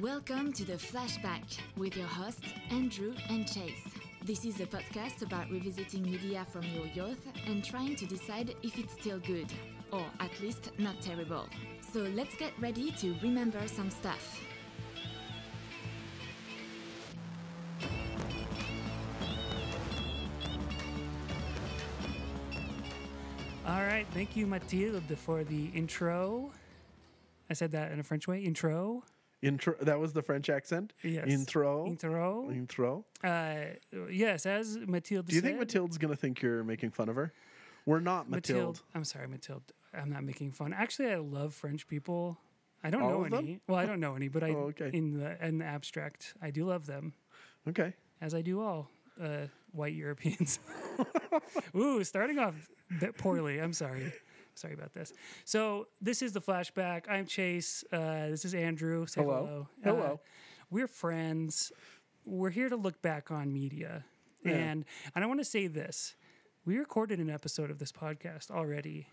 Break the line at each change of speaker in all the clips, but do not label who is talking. Welcome to The Flashback with your hosts, Andrew and Chase. This is a podcast about revisiting media from your youth and trying to decide if it's still good, or at least not terrible. So let's get ready to remember some stuff.
All right, thank you, Mathilde, for the intro. I said that in a French way. Intro.
Intro. That was the French accent.
Yes.
Intro.
Intro.
Intro.
Uh, yes, as Mathilde.
Do you think
said-
Mathilde's gonna think you're making fun of her? We're not Mathilde.
I'm sorry, Mathilde. I'm not making fun. Actually, I love French people. I don't
All
know
of them?
any. Well, I don't know any, but I
Oh, okay.
in the in the abstract, I do love them,
Okay.
as I do all uh, white Europeans. Ooh, starting off a bit poorly. I'm sorry. Sorry about this. So this is the flashback. I'm Chase. Uh, this is Andrew. Say hello.
Hello.
Uh,
Hello.
we're friends. We're here to look back on media,
Yeah.
and and I want to say this: we recorded an episode of this podcast already.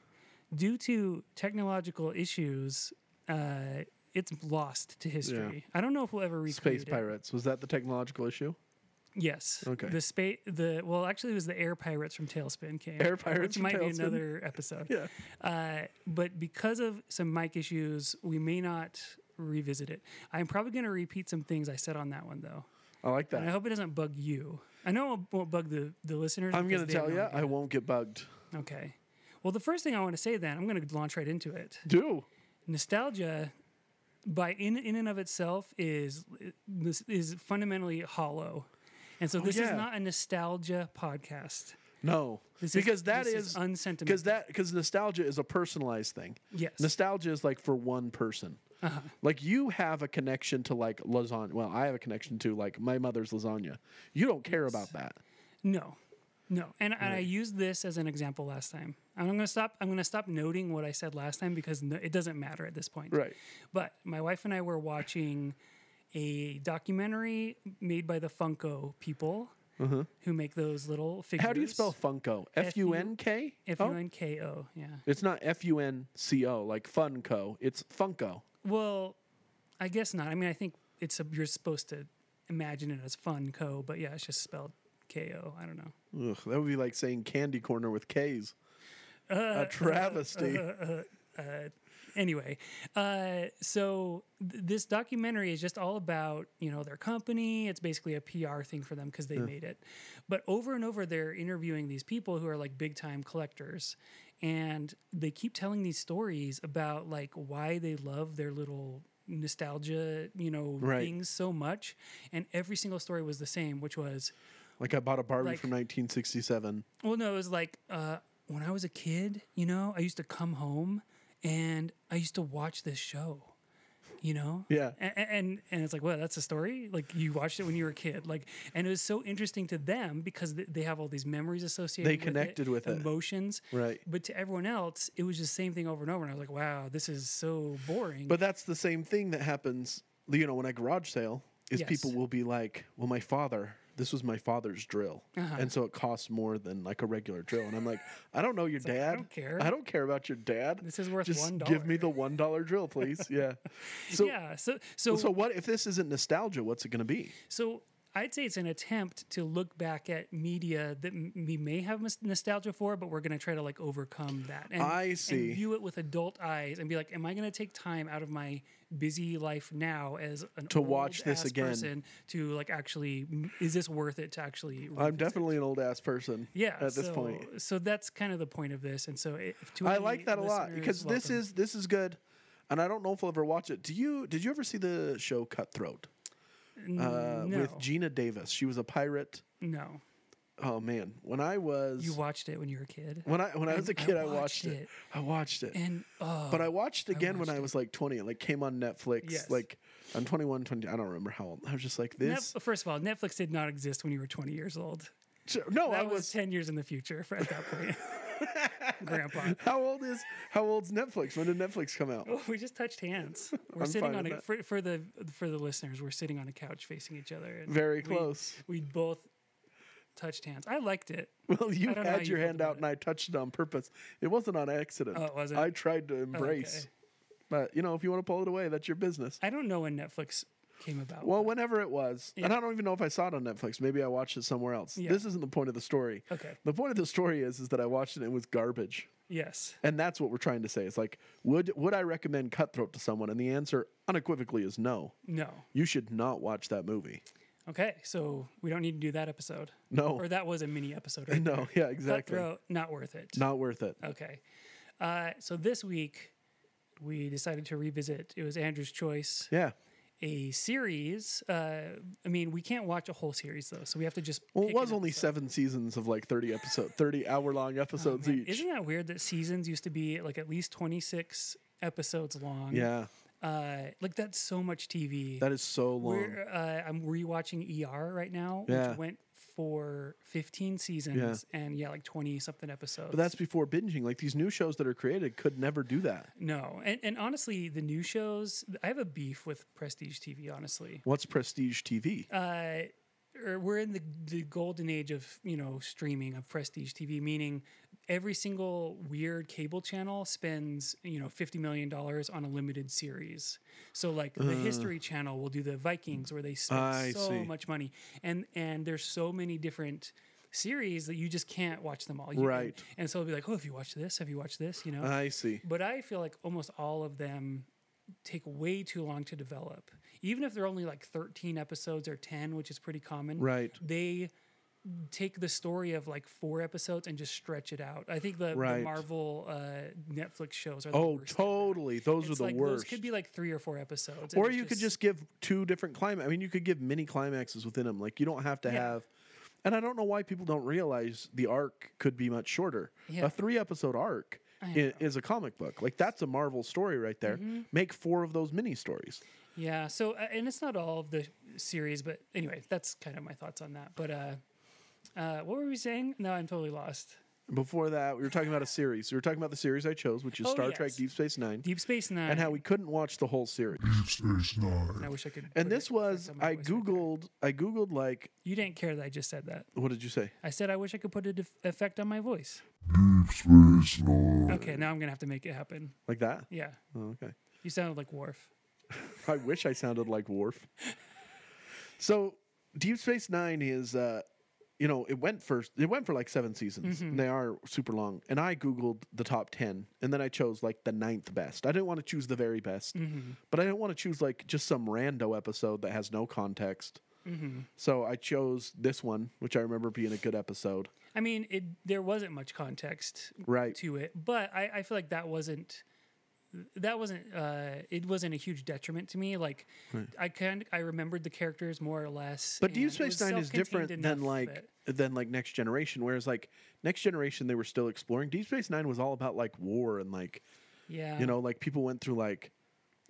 Due to technological issues, uh, it's lost to history. I don't know if we'll ever recreate
Space
it.
pirates. Was that the technological issue?
Yes.
Okay.
The space, the well, actually, it was the air pirates from Tailspin came.
Air
which
pirates from
might be
Tailspin.
another episode.
Yeah.
Uh, but because of some mic issues, we may not revisit it. I'm probably going to repeat some things I said on that one though,
I like
and I
that.
hope it doesn't bug you. I know it won't bug the the listeners.
I'm
because
gonna
they
tell
have
you,
no
I won't get bugged.
idea. Okay. Well, the first thing I want to say then, I'm going to launch right into it
Do.
nostalgia by in in and of itself is this is fundamentally hollow and so this is
Oh, yeah.
not a nostalgia podcast
No.
This is-
because that
this
is
is unsentimental.
Because that because nostalgia is a personalized thing.
Yes. Uh-huh.
Nostalgia is like for one person. Like you have a connection to like lasagna. Well, I have a connection to like my mother's lasagna. You don't care about that.
no no and, and i used this as an example last time i'm going to stop i'm going to stop noting what i said last time because no, it doesn't matter at this point
Right.
but my wife and i were watching a documentary made by the funko people who make those little figures
Mm-hmm. How do you spell Funko? F U N K? Oh.
f-u-n-k-o yeah
It's not F U N C O like Funko. It's Funko.
Well, I guess not. I mean, I think it's a, you're supposed to imagine it as fun co, but yeah, it's just spelled K O. I don't know.
Ugh, that would be like saying candy corner with K's. a travesty.
Anyway, uh, so th- this documentary is just all about you know their company. It's basically a PR thing for them because they made it. But over and over, they're interviewing these people who are like big time collectors, and they keep telling these stories about like why they love their little nostalgia you know
Right.
things so much and every single story was the same which was
like I bought a Barbie
Like-
from 1967.
Well, no, it was like uh, when I was a kid, you know, I used to come home and I used to watch this show, you know?
Yeah.
A- a- And, and, it's like, well, that's a story. Like you watched it when you were a kid. Like, and it was so interesting to them because th- they have all these memories associated
They
with
connected with it.
emotions.
Right.
But to everyone else, it was just the same thing over and over. And I was like, wow, this is so boring.
But that's the same thing that happens, you know, when I garage sale, is
Yes.
people will be like, well, my father, this was my father's drill.
Uh-huh.
And so it costs more than like a regular drill. And I'm like, I don't know your dad.
I don't care.
I don't care about your dad.
This is worth
Just
one
Give
dollar."
me the $1 drill, please. Yeah. So,
yeah. So, so,
so what if this isn't nostalgia? What's it going to be?
So I'd say it's an attempt to look back at media that m- we may have mis- nostalgia for, but we're going to try to like overcome that. And,
I
and
see.
view it with adult eyes and be like, am I going to take time out of my busy life now as an
To watch this
old-ass
again.
person to like actually is this worth it to actually?
I'm
revisit?
definitely an old ass person.
yeah.
At this
so,
point,
so that's kind of the point of this. And so it, to
I
any
like that a lot
listeners,
because this
welcome.
is this is good, and I don't know if I'll ever watch it. Do you? Did you ever see the show Cutthroat uh,
no.
with Gina Davis? She was a pirate.
no.
Oh man, when I was
You watched it when you were a kid,
when I when I was a kid, I,
watched
watched, it.
it.
I watched it,
and oh,
but I watched it again when
watched
I was like 20. It like came on Netflix.
Yes.
Like I'm 21, 20. I don't remember how old. I was just like
Net-
this.
first of all, Netflix did not exist when you were 20 years old.
no,
That
I
was,
was.
10 years in the future for, at that point. Grandpa.
how old is how old's Netflix? When did Netflix come out?
We just touched hands. We're
I'm
sitting
fine
on
with
a
that.
for, for the for the listeners. We're sitting on a couch facing each other. and
Very
we-
close.
We, both touched hands. I liked it.
Well, you
I don't know how
had
you
your
felt
hand
about
out, and I touched it on purpose. It wasn't on accident.
Oh, it wasn't?
I tried to embrace,
okay.
but you know, if you want to pull it away, that's your business.
I don't know when Netflix came about.
Well, whenever it was, and I don't even know if I saw it on Netflix. Maybe I watched it somewhere else.
Yeah.
This isn't the point of the story.
Okay.
The point of the story is is that I watched it and it was garbage.
yes.
And that's what we're trying to say. It's like, would would I recommend Cutthroat to someone? And the answer unequivocally is no.
No.
You should not watch that movie.
Okay. So we don't need to do that episode.
No.
Or that was a mini episode. Right?
No, yeah, exactly.
Cutthroat, Oh. not worth it.
Not worth it.
Okay. Uh, so this week we decided to revisit. It was Andrew's choice.
Yeah.
A series. Uh, I mean, we can't watch a whole series though, so we have to just.
Well, it
pick
was
an
only
episode.
seven seasons of like thirty episode, thirty hour long episodes
Oh, Man,
each.
Isn't that weird that seasons used to be like at least twenty six episodes long?
yeah,
Uh, like that's so much TV.
that is so long.
We're, uh, I'm rewatching ER right now,
Yeah.
which went for 15 seasons and yeah, like 20 something episodes.
But that's before binging. Like these new shows that are created could never do that.
no, and, and honestly, the new shows. I have a beef with Prestige TV. Honestly,
What's prestige TV?
uh, or we're in the, the golden age of you know streaming of prestige TV, meaning every single weird cable channel spends you know fifty million dollars on a limited series. So like the History Channel will do the Vikings, where they spend
Uh. I
so
see.
much money, and and there's so many different series that you just can't watch them all. You can-
Right.
and so it'll be like, oh, have you watched this? Have you watched this? You know.
I see.
But I feel like almost all of them take way too long to develop. Even if they're only like 13 episodes or 10, which is pretty common.
Right.
They take the story of like four episodes and just stretch it out. I think the, the
Right.
Marvel uh, Netflix shows are the
Oh,
worst.
totally. Those
It's
are the
like
worst.
those could be like three or four episodes. and
or
it's
you could just give two different climax. I mean, you could give mini climaxes within them. Like you don't have to
Yeah.
have. And I don't know why people don't realize the arc could be much shorter.
Yeah.
A three episode arc
I Mm-hmm.
i- is a comic book. Like that's a Marvel story right there. Make four of those mini stories.
Yeah. So, uh, and it's not all of the series, but anyway, that's kind of my thoughts on that. But uh, uh, what were we saying? No, I'm totally lost.
Before that, we were talking about a series. We were talking about the series I chose, which is
Oh,
Star Trek
yes.
Deep Space Nine,
Deep Space Nine.
and how we couldn't watch the whole series.
Space Nine.
I wish I could. put
And this
it- put
was
some of my
I
voice right there.
googled I googled like
You didn't care that I just said that.
what did you say?
I said I wish I could put an effect on my voice.
Deep Space Nine.
Okay, now I'm gonna have to make it happen.
Like that?
Yeah,
Oh, okay.
you sounded like Worf.
I wish I sounded like Worf. So Deep Space Nine is, uh, you know, it went for it went for like seven seasons. And they are super long. And I googled the top ten, and then I chose like the ninth best. I didn't want to choose the very best, but I didn't want to choose like just some rando episode that has no context. So I chose this one, which I remember being a good episode.
I mean, it there wasn't much context
Right.
to it, but I, I feel like that wasn't that wasn't uh, it wasn't a huge detriment to me. Like I kind I remembered the characters more or less.
Hmm. But
and
Deep
it was
Space Nine is
self-contained
different
enough
than like
that-
than like Next Generation, whereas like Next Generation they were still exploring. Deep Space Nine was all about like war and like
yeah,
you know like people went through like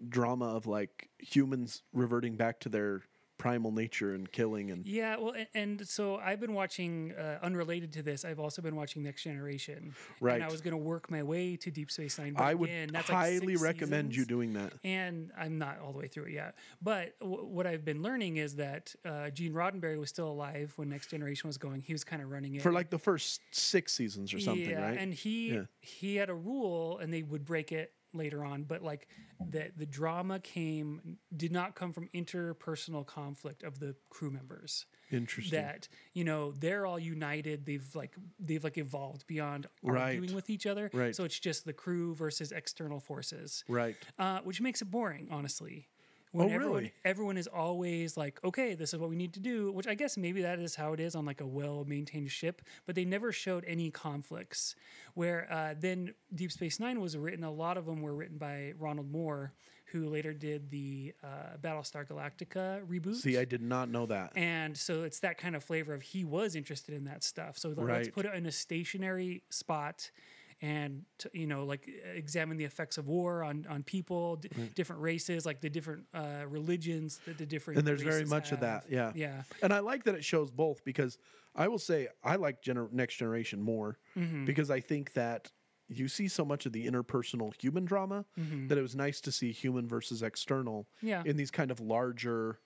drama of like humans reverting back to their primal nature and killing and
Yeah, well, a- and, so I've been watching, uh, unrelated to this, I've also been watching Next Generation. And
Right.
I was going to work my way to Deep Space Nine. But
i would
again, that's like
highly
six
recommend you
seasons,
doing that
And I'm not all the way through it yet. But w- what I've been learning is that uh, Gene Roddenberry was still alive when Next Generation was going. He was kind of running it
for like the first six seasons or something
yeah,
right
and he
Yeah.
he had a rule, and they would break it later on. But like that, the drama came did not come from interpersonal conflict of the crew members
interesting
that you know they're all united they've like they've like evolved beyond
Right.
arguing with each other
Right.
so it's just the crew versus external forces
right Oh,
uh, which makes it boring honestly when everyone,
really?
everyone is always like okay this is what we need to do which i guess maybe that is how it is on like a well-maintained ship but they never showed any conflicts where uh, then deep space nine was written a lot of them were written by ronald moore who later did the uh, battlestar galactica reboot
see i did not know that
and so it's that kind of flavor of he was interested in that stuff. So like, let's
Right.
put it in a stationary spot and t- you know like examine the effects of war on on people d- different races like the different uh, religions that the different
and there's very
races
much of
have.
that yeah
yeah
and i like that it shows both because i will say i like gener- next generation more because i think that you see so much of the interpersonal human drama that it was nice to see human versus external
Yeah.
in these kind of larger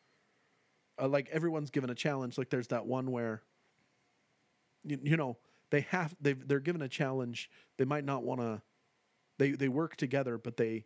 uh, like everyone's given a challenge like there's that one where you, you know they have they they're given a challenge they might not want to they they work together but they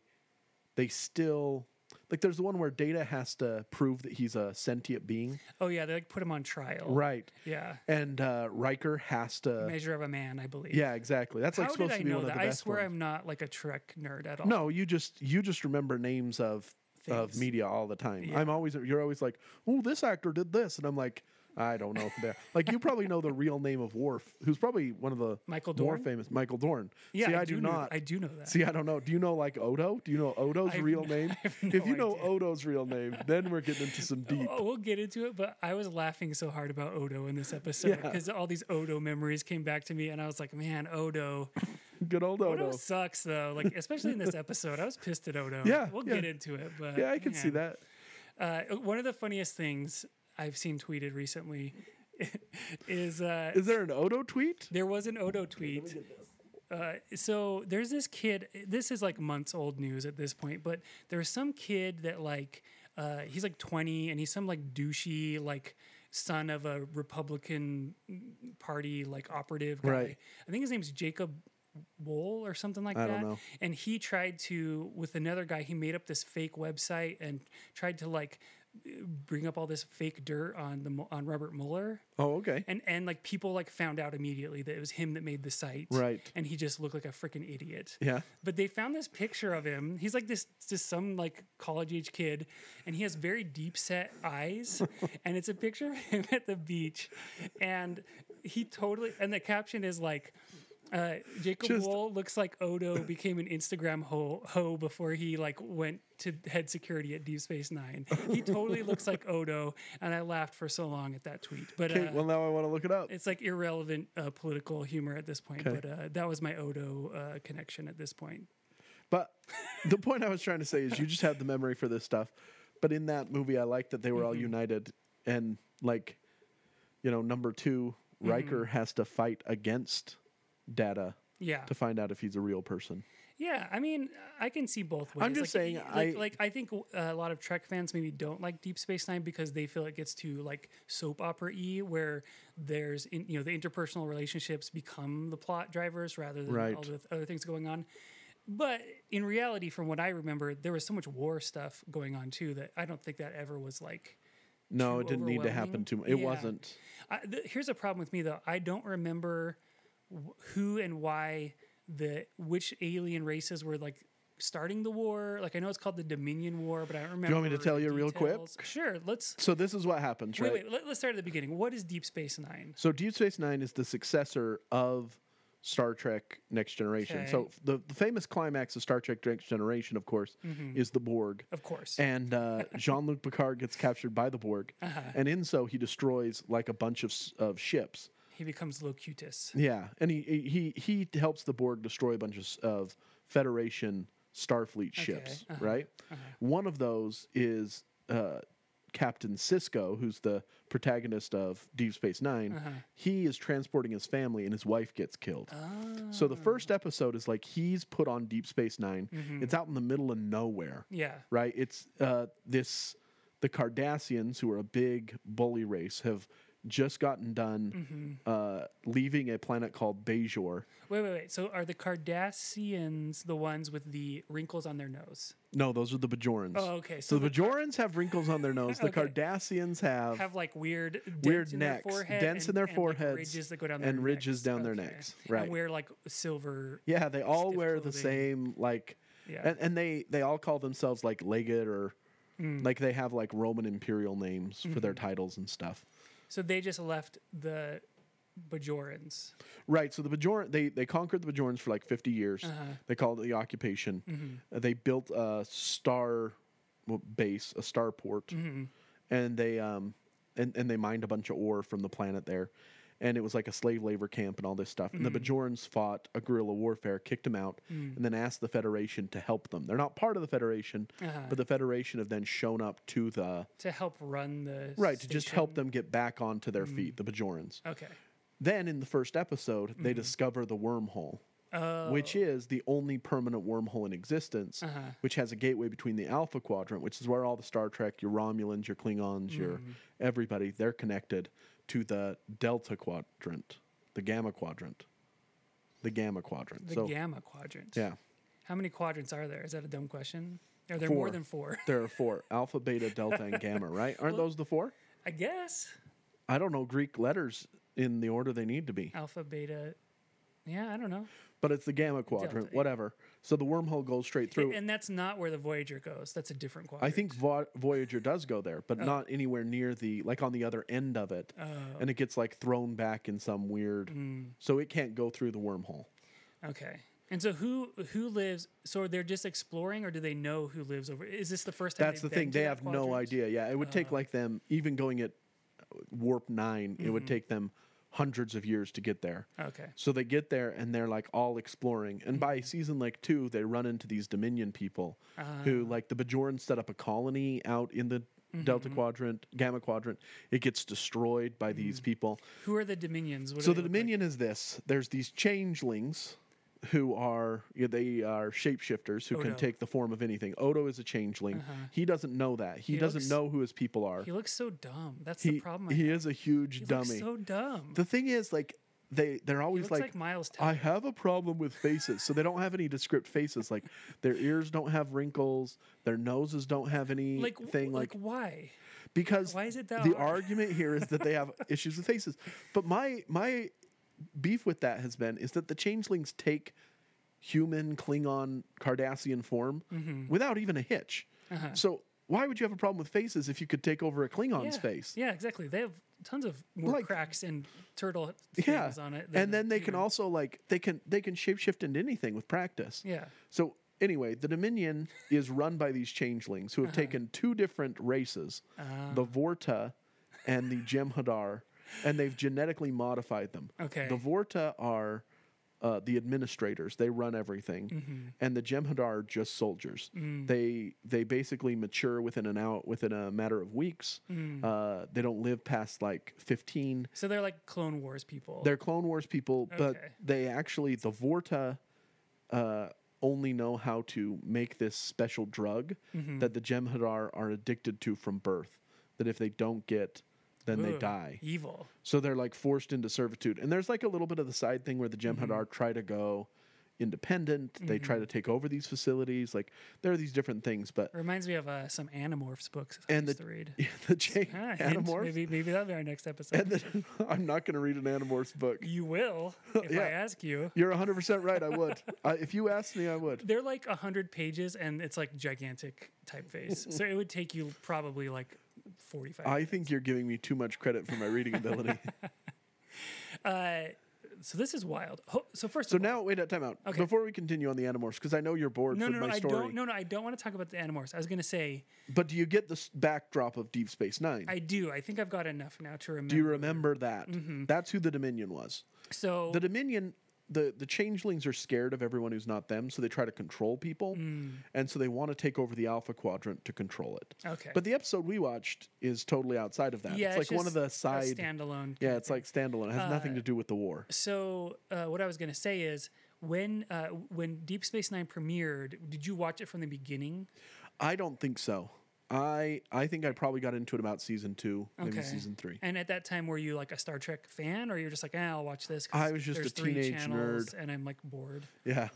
they still Like there's the one where Data has to prove that he's a sentient being,
Oh yeah, they like put him on trial.
right?
Yeah.
And uh, Riker has to.
Measure of a Man, I believe.
Yeah, exactly. That's like
How
supposed
did I
to be
know
one of
that?
the
I
best
swear
ones.
I'm not like a Trek nerd at all.
No, you just you just remember names of of
Things.
media all the time.
Yeah.
I'm always you're always like, "Oh, this actor did this," and I'm like, "I don't know." There, like you probably know the real name of Worf, who's probably one of the
Michael
more
Dorn?
famous Michael Dorn.
Yeah,
See, I,
I,
do,
know,
not.
I do know that.
See, I don't know. Do you know like Odo? Do you know Odo's
I've
real
n-
name?
I have no
if you know
idea.
Odo's real name, then we're getting into some deep.
Oh, we'll get into it, but I was laughing so hard about Odo in this episode
Yeah.
because all these Odo memories came back to me, and I was like, "Man, Odo,
Good old Odo.
Odo sucks though." Like, especially in this episode, I was pissed at Odo.
Yeah,
we'll
yeah.
get into it, but
Yeah, I can see
man.
that.
Uh, one of the funniest things I've seen tweeted recently is uh,
Is there an Odo tweet?
There was an Odo tweet. Uh, so there's this kid. This is like months old news at this point, but there's some kid that like uh, he's like 20 and he's some like douchey like son of a Republican party like operative guy.
Right.
I think his name's Jacob Wool or something like
I
that.
don't know.
And he tried to with another guy. He made up this fake website and tried to like bring up all this fake dirt on the Mu- on Robert Mueller
Oh, okay.
and and like people like found out immediately that it was him that made the site
Right.
and he just looked like a freaking idiot
Yeah.
but they found this picture of him he's like this just some like college age kid and he has very deep set eyes and it's a picture of him at the beach and he totally and the caption is like uh, Jacob
Just-
Wool looks like Odo became an Instagram ho, ho before he like went to head security at Deep Space Nine. He totally looks like Odo, and I laughed for so long at that tweet. But
Okay.
uh,
well, now I want to look it up.
it's like irrelevant uh, political humor at this point, but uh, that was my Odo uh, connection at this point.
But the point I was trying to say is you just have the memory for this stuff. But in that movie, I like that they were
Mm-hmm.
all united and like, you know, number two,
Mm-hmm.
Riker has to fight against Data
Yeah,
to find out if he's a real person.
yeah. I mean, I can see both ways.
just
Like,
saying,
y-
I-
like, like I think uh, a lot of Trek fans maybe don't like Deep Space Nine because they feel it gets too like soap opera y, where there's in, you know the interpersonal relationships become the plot drivers rather than
Right.
all the th- other things going on. But in reality, from what I remember, there was so much war stuff going on too that I don't think that ever was like
No,
Too
it didn't need to
overwhelming?
happen too much. It
Yeah.
wasn't.
I, th- here's a problem with me though. I don't remember wh- who and why the which alien races were like starting the war. Like I know it's called the Dominion War, but I don't remember.
you want me to tell
the
you real quick?
details. Sure. Let's
So this is what happens, right?
wait. Wait. Let, let's start at the beginning. What is Deep Space Nine?
So Deep Space Nine is the successor of Star Trek Next Generation. So
Okay.
the, the famous climax of Star Trek Next Generation, of course,
Mm-hmm.
is the Borg.
Of course.
and uh, Jean-Luc Picard gets captured by the Borg, and in so he destroys like a bunch of s- of ships.
he becomes Locutus.
Yeah, and he he he helps the Borg destroy a bunch of, s- of Federation Starfleet ships. Right, one of those is uh, Captain Cisco, who's the protagonist of Deep Space 9 He is transporting his family, and his wife gets killed. So the first episode is like he's put on Deep Space 9 It's out in the middle of nowhere
Yeah.
right? It's uh, this the Cardassians, who are a big bully race, have just gotten
Mm-hmm.
done uh, leaving a planet called Bejor.
Wait. Wait. Wait. So are the Cardassians the ones with the wrinkles on their nose?
No, those are the Bajorans.
Oh, okay.
So
So,
the Bajorans have wrinkles on their nose. The
Okay.
Cardassians have,
have like weird dents
weird
in
necks,
their forehead
dents in their
and, like,
foreheads
ridges that go down
and
their
ridges
necks.
down their
Okay.
necks, right.
and wear like silver
yeah, they all
stiff
wear the
clothing.
same like,
Yeah.
and, and they they all call themselves like Legate or.
Mm.
Like they have like Roman imperial names for their
Mm-hmm.
titles and stuff.
So they just left the Bajorans.
Right. So the Bajoran, they they conquered the Bajorans for like fifty years. They called it the occupation. Uh, They built a star well, base, a starport, and they um and and they mined a bunch of ore from the planet there, and it was like a slave labor camp and all this stuff. And the Bajorans fought a guerrilla warfare, kicked them out, and then asked the Federation to help them. They're not part of the Federation, but the Federation have then shown up to the
to help run the
right to just help
station.
them get back onto their feet. The Bajorans.
Okay,
Then in the first episode, they
Mm-hmm.
discover the wormhole,
Oh.
which is the only permanent wormhole in existence,
Uh-huh.
which has a gateway between the Alpha Quadrant, which is where all the Star Trek, your Romulans, your Klingons, your
Mm-hmm.
everybody, they're connected to the Delta Quadrant, the Gamma Quadrant. The Gamma Quadrant.
the
so,
Gamma Quadrant.
yeah.
How many quadrants are there? Is that a dumb question? Are there more
Four.
than four?
There are four alpha, beta, delta, and gamma, right? Aren't those the four?
I guess
I don't know Greek letters in the order they need to be,
alpha, beta. Yeah, I don't know.
but it's the gamma quadrant,
Delta, yeah.
whatever. So the wormhole goes straight through.
And that's not where the Voyager goes. That's a different
I
quadrant.
think Vo- Voyager does go there,
Oh.
but not anywhere near the like on the other end of it, and it gets like thrown back in some weird.
Hmm.
So it can't go through the wormhole.
Okay. And so who who lives? So they're just exploring, or do they know who lives over? Is this the Uh-huh. first time?
That's the
they've
thing;
been to
they
that
have no
quadrant?
idea. Yeah, it would take like them even going at uh, warp 9 It
Mm-hmm.
would take them hundreds of years to get there.
Okay.
So they get there and they're like all exploring. And by
Mm-hmm.
season like two, they run into these Dominion people who
Ah.
like the Bajoran set up a colony out in the Delta
Mm-hmm.
Quadrant, Gamma Quadrant. It gets destroyed by these
Mm-hmm.
people.
Who are the Dominions? What do
So
they
the
look
Dominion is this. There's these changelings who are yeah, they are shapeshifters who
Odo.
can take the form of anything. Odo is a changeling. He doesn't know that.
Uh-huh.
He,
He
doesn't
looks-
know who his people are.
Like? He looks so dumb. That's
He,
the problem. I
he
have.
is a huge
He
dummy.
looks so dumb.
the thing is like they they're
he
always
looks like, Miles Teller.
I have a problem with faces. So they don't have any descript faces. Like their ears don't have wrinkles. Their noses don't have anything.
Like,
Like,
w- like why?
because
why is it that
the
hard?
argument here is that they have issues with faces. But my my beef with that has been is that the changelings take human Klingon Cardassian form
Mm-hmm.
without even a hitch.
Uh-huh.
So why would you have a problem with faces if you could take over a Klingon's
yeah.
face?
Yeah, exactly. They have tons of more
Like-
cracks and turtle things
Yeah.
on it. than
and then they can
human.
also like they can they can shapeshift into anything with practice.
Yeah.
So anyway, the Dominion is run by these changelings who have taken two different races, the Vorta and the Jem'Hadar, and they've genetically modified them.
Okay.
The Vorta are uh, the administrators; they run everything, and the Jem'Hadar are just soldiers. They they basically mature within an out within a matter of weeks. Uh, they don't live past like fifteen.
So they're like Clone Wars people.
They're Clone Wars people, but
Okay.
they actually the Vorta uh, only know how to make this special drug
Mm-hmm.
that the Jem'Hadar are addicted to from birth. That if they don't get, then they
Ugh,
die.
Evil.
So they're like forced into servitude. And there's like a little bit of the side thing where the
Mm-hmm.
Jem'Hadar try to go independent. They try to take over these facilities. Like there are these different things, but
Reminds me of uh, some Animorphs books I
And
used
the-
to read.
the J-
Ah, hint,
Animorphs.
Maybe maybe that'll be our next episode.
And then I'm not going to read an Animorphs book.
you will if
Yeah.
I ask you.
You're 100% right. I would. I, if you asked me, I would.
They're like hundred pages, and it's like gigantic typeface. so it would take you probably like forty-five.
I think you're giving me too much credit for my reading ability.
uh, so this is wild. Ho- so first,
so
of all,
now, wait, time out. Before we continue on the Animorphs, because I know you're bored
no,
with
no,
my
no, I
story.
don't. No, no, I don't want to talk about the Animorphs. I was gonna say
But do you get this backdrop of Deep Space Nine?
I do. I think I've got enough now to remember.
do you remember that?
Mm-hmm.
That's who the Dominion was.
So
The Dominion, the the changelings are scared of everyone who's not them, so they try to control people, and so they want to take over the Alpha Quadrant to control it.
Mm. okay,
But the episode we watched is totally outside of that.
yeah,
it's like one of
just
the
a Uh,
side.
standalone.
yeah, it's like standalone. It has nothing to do with the war.
So uh, what I was gonna say is. When uh, when Deep Space Nine premiered, did you watch it from the beginning?
I don't think so. I I think I probably got into it about season two, maybe season three.
And at that time, were you like a Star Trek fan, or you're just like, ah, I'll watch this?
I was just a teenage nerd.
and I'm like bored.
Yeah,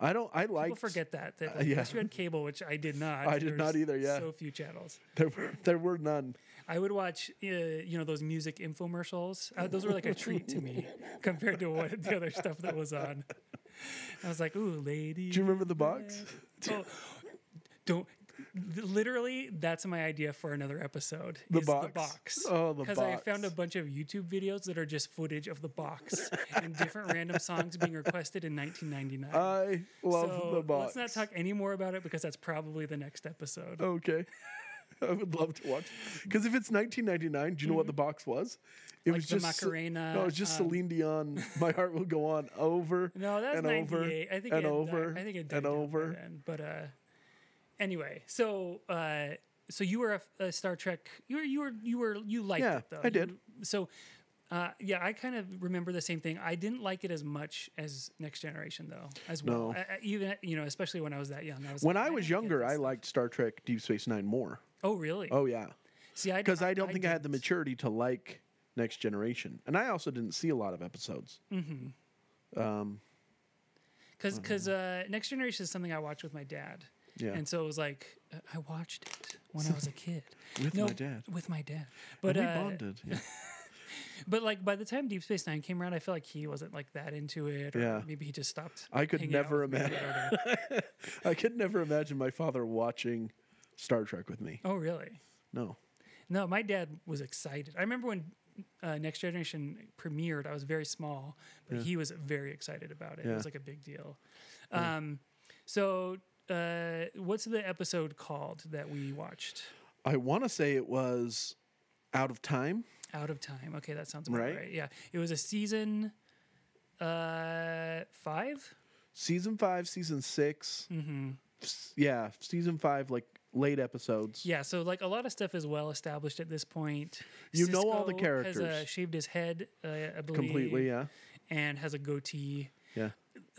I don't. I
People
like
forget that. that like, Unless you had cable, which I did not.
I did
there
not
was
either, yeah.
so few channels.
there were there were none.
I would watch, uh, you know, those music infomercials. Uh, those were like a treat to me compared to what the other stuff that was on. I was like, ooh, lady.
Do you remember the box?
Oh, don't. th- Literally, that's my idea for another episode.
The
is
box.
The box.
Oh, the
Because I found a
box.
bunch of YouTube videos that are just footage of the box and different random songs being requested in 1999.
I love
so
the box.
let's not talk any more about it because that's probably the next episode.
Okay. I would love to watch because if it's 1999, do you know what the box was? It was
Mm-hmm. the
just Ce-
Macarena, um,
No, it was just Celine Dion. My heart will go on over.
No, that's
and over
98. I think it
and
had di-
over
I think it died
and
down by
over.
Then. But uh, anyway, so uh, so you were a, f- a Star Trek. You were you were you were you liked
Yeah,
it though.
I did.
You- so. Uh, yeah, I kind of remember the same thing. I didn't like it as much as Next Generation, though. As well,
No.
I, I- even you know, especially when I was that young. I was
When
like,
I was
don't get
younger,
this
I
stuff.
liked Star Trek Deep Space Nine more.
Oh, really?
Oh yeah,
see, I
because I don't think I had the
didn't.
maturity to like Next Generation, and I also didn't see a lot of episodes.
because because uh, Next Generation is something I watched with my dad.
Mm-hmm. Yeah.
And so it was like uh, I watched it when I was a kid.
With my dad.
With my dad. But
we
uh,
bonded. Yeah.
but like by the time Deep Space Nine came around, I feel like he wasn't like that into it. Or
Yeah.
Maybe he just stopped.
I could
hanging out
never
with me or
imagine.
whatever.
I could never imagine my father watching Star Trek with me.
oh really?
No.
No, my dad was excited. I remember when uh, Next Generation premiered, I was very small, but he was very excited about it. It
Yeah.
was like a big deal. Um, so, uh, what's the episode called that we watched?
I want to say it was Out of Time.
Out of Time. Okay, that sounds about right.
Right.
Yeah. It was a season uh, five.
season five, season 6
Mm-hmm.
S- Yeah, season five, like late episodes.
Yeah, so like a lot of stuff is well established at this point.
You know all the
Sisko has, uh,
characters.
shaved his head, uh, I believe,
completely. Yeah,
and has a goatee.
yeah.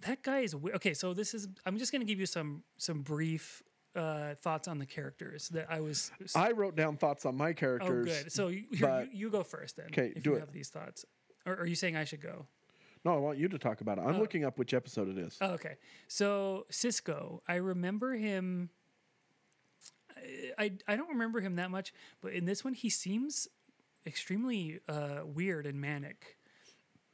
that guy is we- okay. So this is. I'm just gonna give you some some brief uh, thoughts on the characters that I was.
I wrote down thoughts on my
oh,
characters.
good. So you, here, you,
but-
you go first then.
'Kay,
if
do
you
it.
Have these thoughts, or are you saying I should go?
No, I want you to talk about it. I'm looking up which episode it is.
Oh, okay. So Cisco, I remember him. I, I I don't remember him that much, but in this one he seems extremely uh, weird and manic.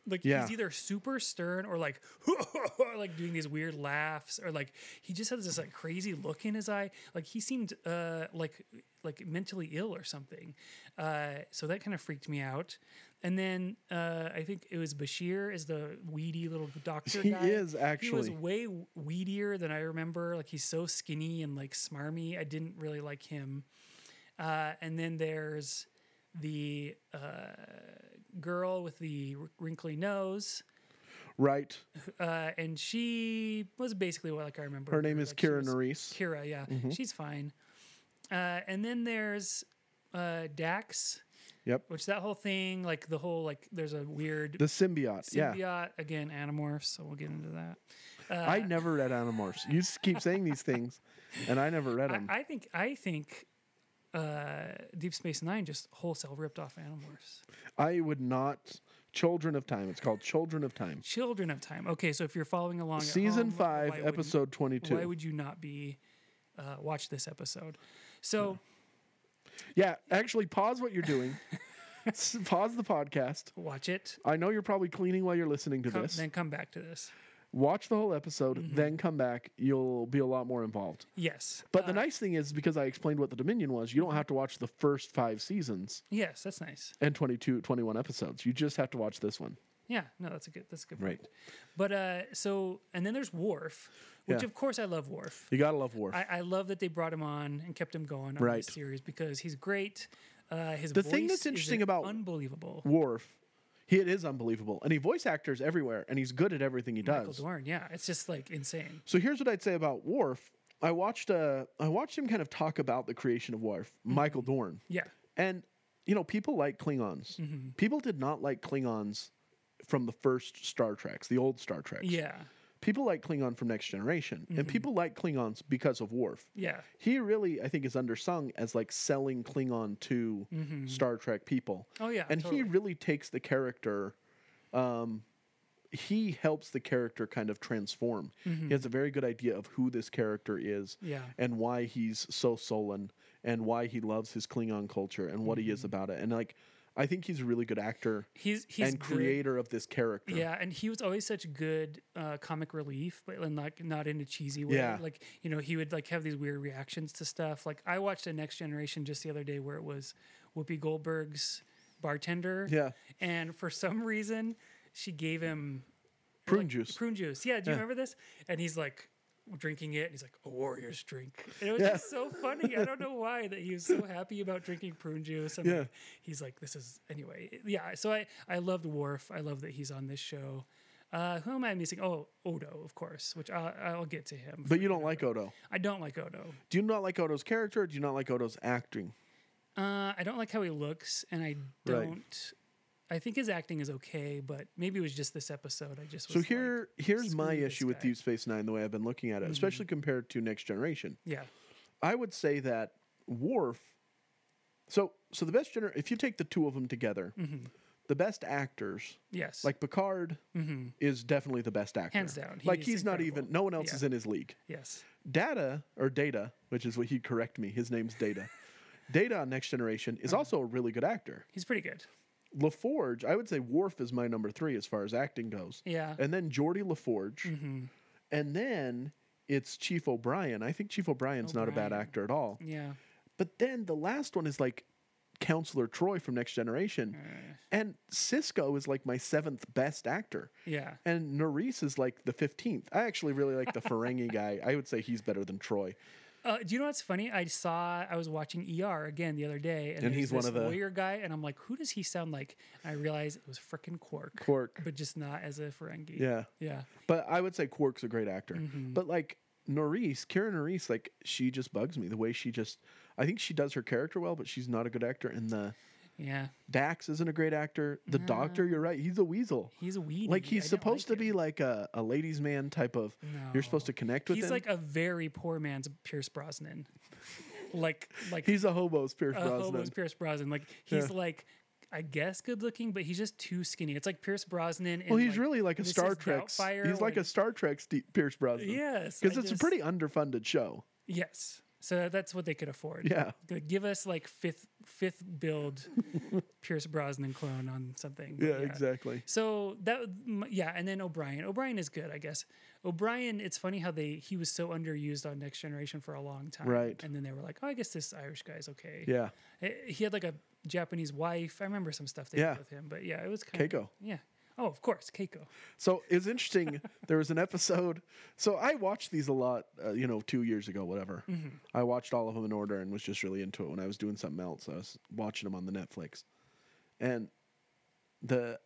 Like
Yeah.
he's either super stern or like like doing these weird laughs or like he just has this like crazy look in his eye. Like he seemed uh, like like mentally ill or something. Uh, so that kind of freaked me out. And then uh, I think it was Bashir is the weedy little doctor.
He
guy. He was
is actually.
way weedier than I remember. Like he's so skinny and like smarmy. I didn't really like him. Uh, and then there's the uh, girl with the wr- wrinkly nose,
right.
uh, and she was basically what like I remember.
Her name is
Like, she
Kira Mm-hmm.
was-
Nerys.
Kira, yeah, she's fine. Uh, and then there's uh, Dax,
Yep.
which that whole thing, like the whole like, there's a weird
The symbiote.
symbiote
Yeah.
again, animorphs. So we'll get into that.
I never read Animorphs. You s- keep saying these things, and I never read them.
I, I think I think uh, Deep Space Nine just wholesale ripped off Animorphs.
I, would not. Children of Time. It's called Children of Time.
Children of Time. Okay, so if you're following along, at
Season
home,
five,
why wouldn't-
episode twenty-two.
Why would you not be uh, watch this episode? So
Hmm. yeah. Actually, pause what you're doing. S- pause the podcast.
watch it,
I know you're probably cleaning while you're listening to
come,
this.
then Mm-hmm. come back to this.
Watch the whole episode, then come back. You'll be a lot more involved.
Yes,
But the nice thing is, because I explained what the Dominion was,
mm-hmm.
you don't have to watch the first five seasons
yes, that's nice.
and 22, 21 episodes. You just have to watch this one.
Yeah, no, that's a good that's a good.
Right.
Point. But uh, so and then there's Worf, which
Yeah.
of course I love Worf.
You got to love Worf.
I, I love that they brought him on and kept him going on
Right.
this series because he's great. Uh, his
The thing
voice
that's
is
interesting about-
unbelievable.
Worf, he, it is unbelievable. And he voice actors everywhere, and he's good at everything he
Michael
does.
Dorn, yeah, it's just like insane.
So here's what I'd say about Worf. I watched, uh, I watched him kind of talk about the creation of Worf,
Mm-hmm.
Michael Dorn.
Yeah,
And you know, people like Klingons.
Mm-hmm.
People did not like Klingons from the first Star Treks, the old Star Treks.
yeah, Mm-hmm.
People like Klingon from Next Generation, and people like Klingons because of Worf.
yeah,
He really, I think, is undersung as like selling Klingon to
Mm-hmm.
Star Trek people.
Oh, yeah,
and
totally.
he really takes the character. Um, he helps the character kind of transform. He has a very good idea of who this character is,
Mm-hmm. Yeah.
and why he's so sullen, and why he loves his Klingon culture, and what
Mm-hmm.
he is about it. And like, I think he's a really good actor
He's- he's
and
good.
creator of this character.
yeah. And he was always such good uh, comic relief, but in, like not in a cheesy way.
Yeah.
Like you know, he would like have these weird reactions to stuff. Like I watched a Next Generation just the other day where it was Whoopi Goldberg's bartender.
Yeah.
and for some reason she gave him
prune juice.
prune juice. Yeah, do you remember this? And he's like drinking it, and he's like, "A warrior's drink." And it was
Yeah.
just so funny. I don't know why that he was so happy about drinking prune juice. And
Yeah.
like, he's like, "This is anyway." Yeah, so I I loved Worf. I love that he's on this show. Uh, who am I missing? Oh, Odo, of course, which I'll, I'll get to him.
but you don't like Odo.
I don't like Odo.
Do you not like Odo's character? Or do you not like Odo's acting?
Uh, I don't like how he looks, and I don't. I think his acting is okay, but maybe it was just this episode. I just was
So
like,
here, here's my
screw this
issue with
guy. Mm-hmm.
Deep Space Nine. The way I've been looking at it, especially compared to Next Generation,
yeah,
I would say that
Mm-hmm.
Worf. So, so the best gener. If you take the two of them together, the best actors,
Yes.
like Picard, is definitely the best actor.
Mm-hmm. Hands down, he
like
is
he's not
incredible.
even. No one else
Yeah.
is in his league.
yes.
Data or Data, which is what he'd correct me. His name's Data. Data on Next Generation
Uh-huh.
is also a really good actor.
He's pretty good.
LaForge, I would say Worf is my number three as far as acting goes.
Yeah. Mm-hmm.
And then Geordie LaForge. And then it's Chief O'Brien. I think Chief O'Brien's not a bad
O'Brien.
actor at all.
Yeah.
But then the last one is like Counselor Troy from Next Generation.
Mm.
And Cisco is like my seventh best actor.
Yeah.
And Nerys is like the 15th. I actually really like the Ferengi guy. I would say he's better than Troy.
Uh, do you know what's funny? I saw I was watching ER again the other day, and,
And
there's
he's one
this
of the-
lawyer guy, and I'm like, who does he sound like? And I realized it was freaking Quark.
Quark.
but just not as a Ferengi.
Yeah.
Yeah.
But I would say Quark's a great actor. But like Norris, Karen Norris, like she just bugs me the way she just. I think she does her character well, but she's not a good actor. And the
Yeah.
Dax isn't a great actor. The Doctor, you're right, he's a weasel.
He's a weed.
like he's supposed to be like a, a ladies' man type of. You're supposed to connect with
He's
him.
like a very poor man's Pierce Brosnan. like like
he's a hobo's Pierce
a
Brosnan.
hobo's Pierce Brosnan. Like he's
Yeah.
like I guess good looking, but he's just too skinny. It's like Pierce Brosnan.
well,
in,
he's really like a
Mrs.
Star Trek.
Doubtfire
He's like
when-
a Star Trek Ste- Pierce Brosnan.
Yes,
because
I
it's a
just-
pretty underfunded show.
yes. So that's what they could afford.
Yeah.
Like, give us like fifth fifth build Pierce Brosnan clone on something. but
Yeah, exactly.
So that m- yeah, and then O'Brien. O'Brien is good, I guess. O'Brien, it's funny how they he was so underused on Next Generation for a long time,
Right.
And then they were like, oh, I guess this Irish guy's okay.
Yeah,
Eh, he had like a Japanese wife. I remember some stuff they
Yeah.
did with him, but yeah, it was kind
Keiko.
Yeah. Oh, of course, Keiko.
So it was interesting. there was an episode. So I watched these a lot, uh, you know, two years ago, whatever.
Mm-hmm.
I watched all of them in order and was just really into it when I was doing something else. I was watching them on the Netflix. And the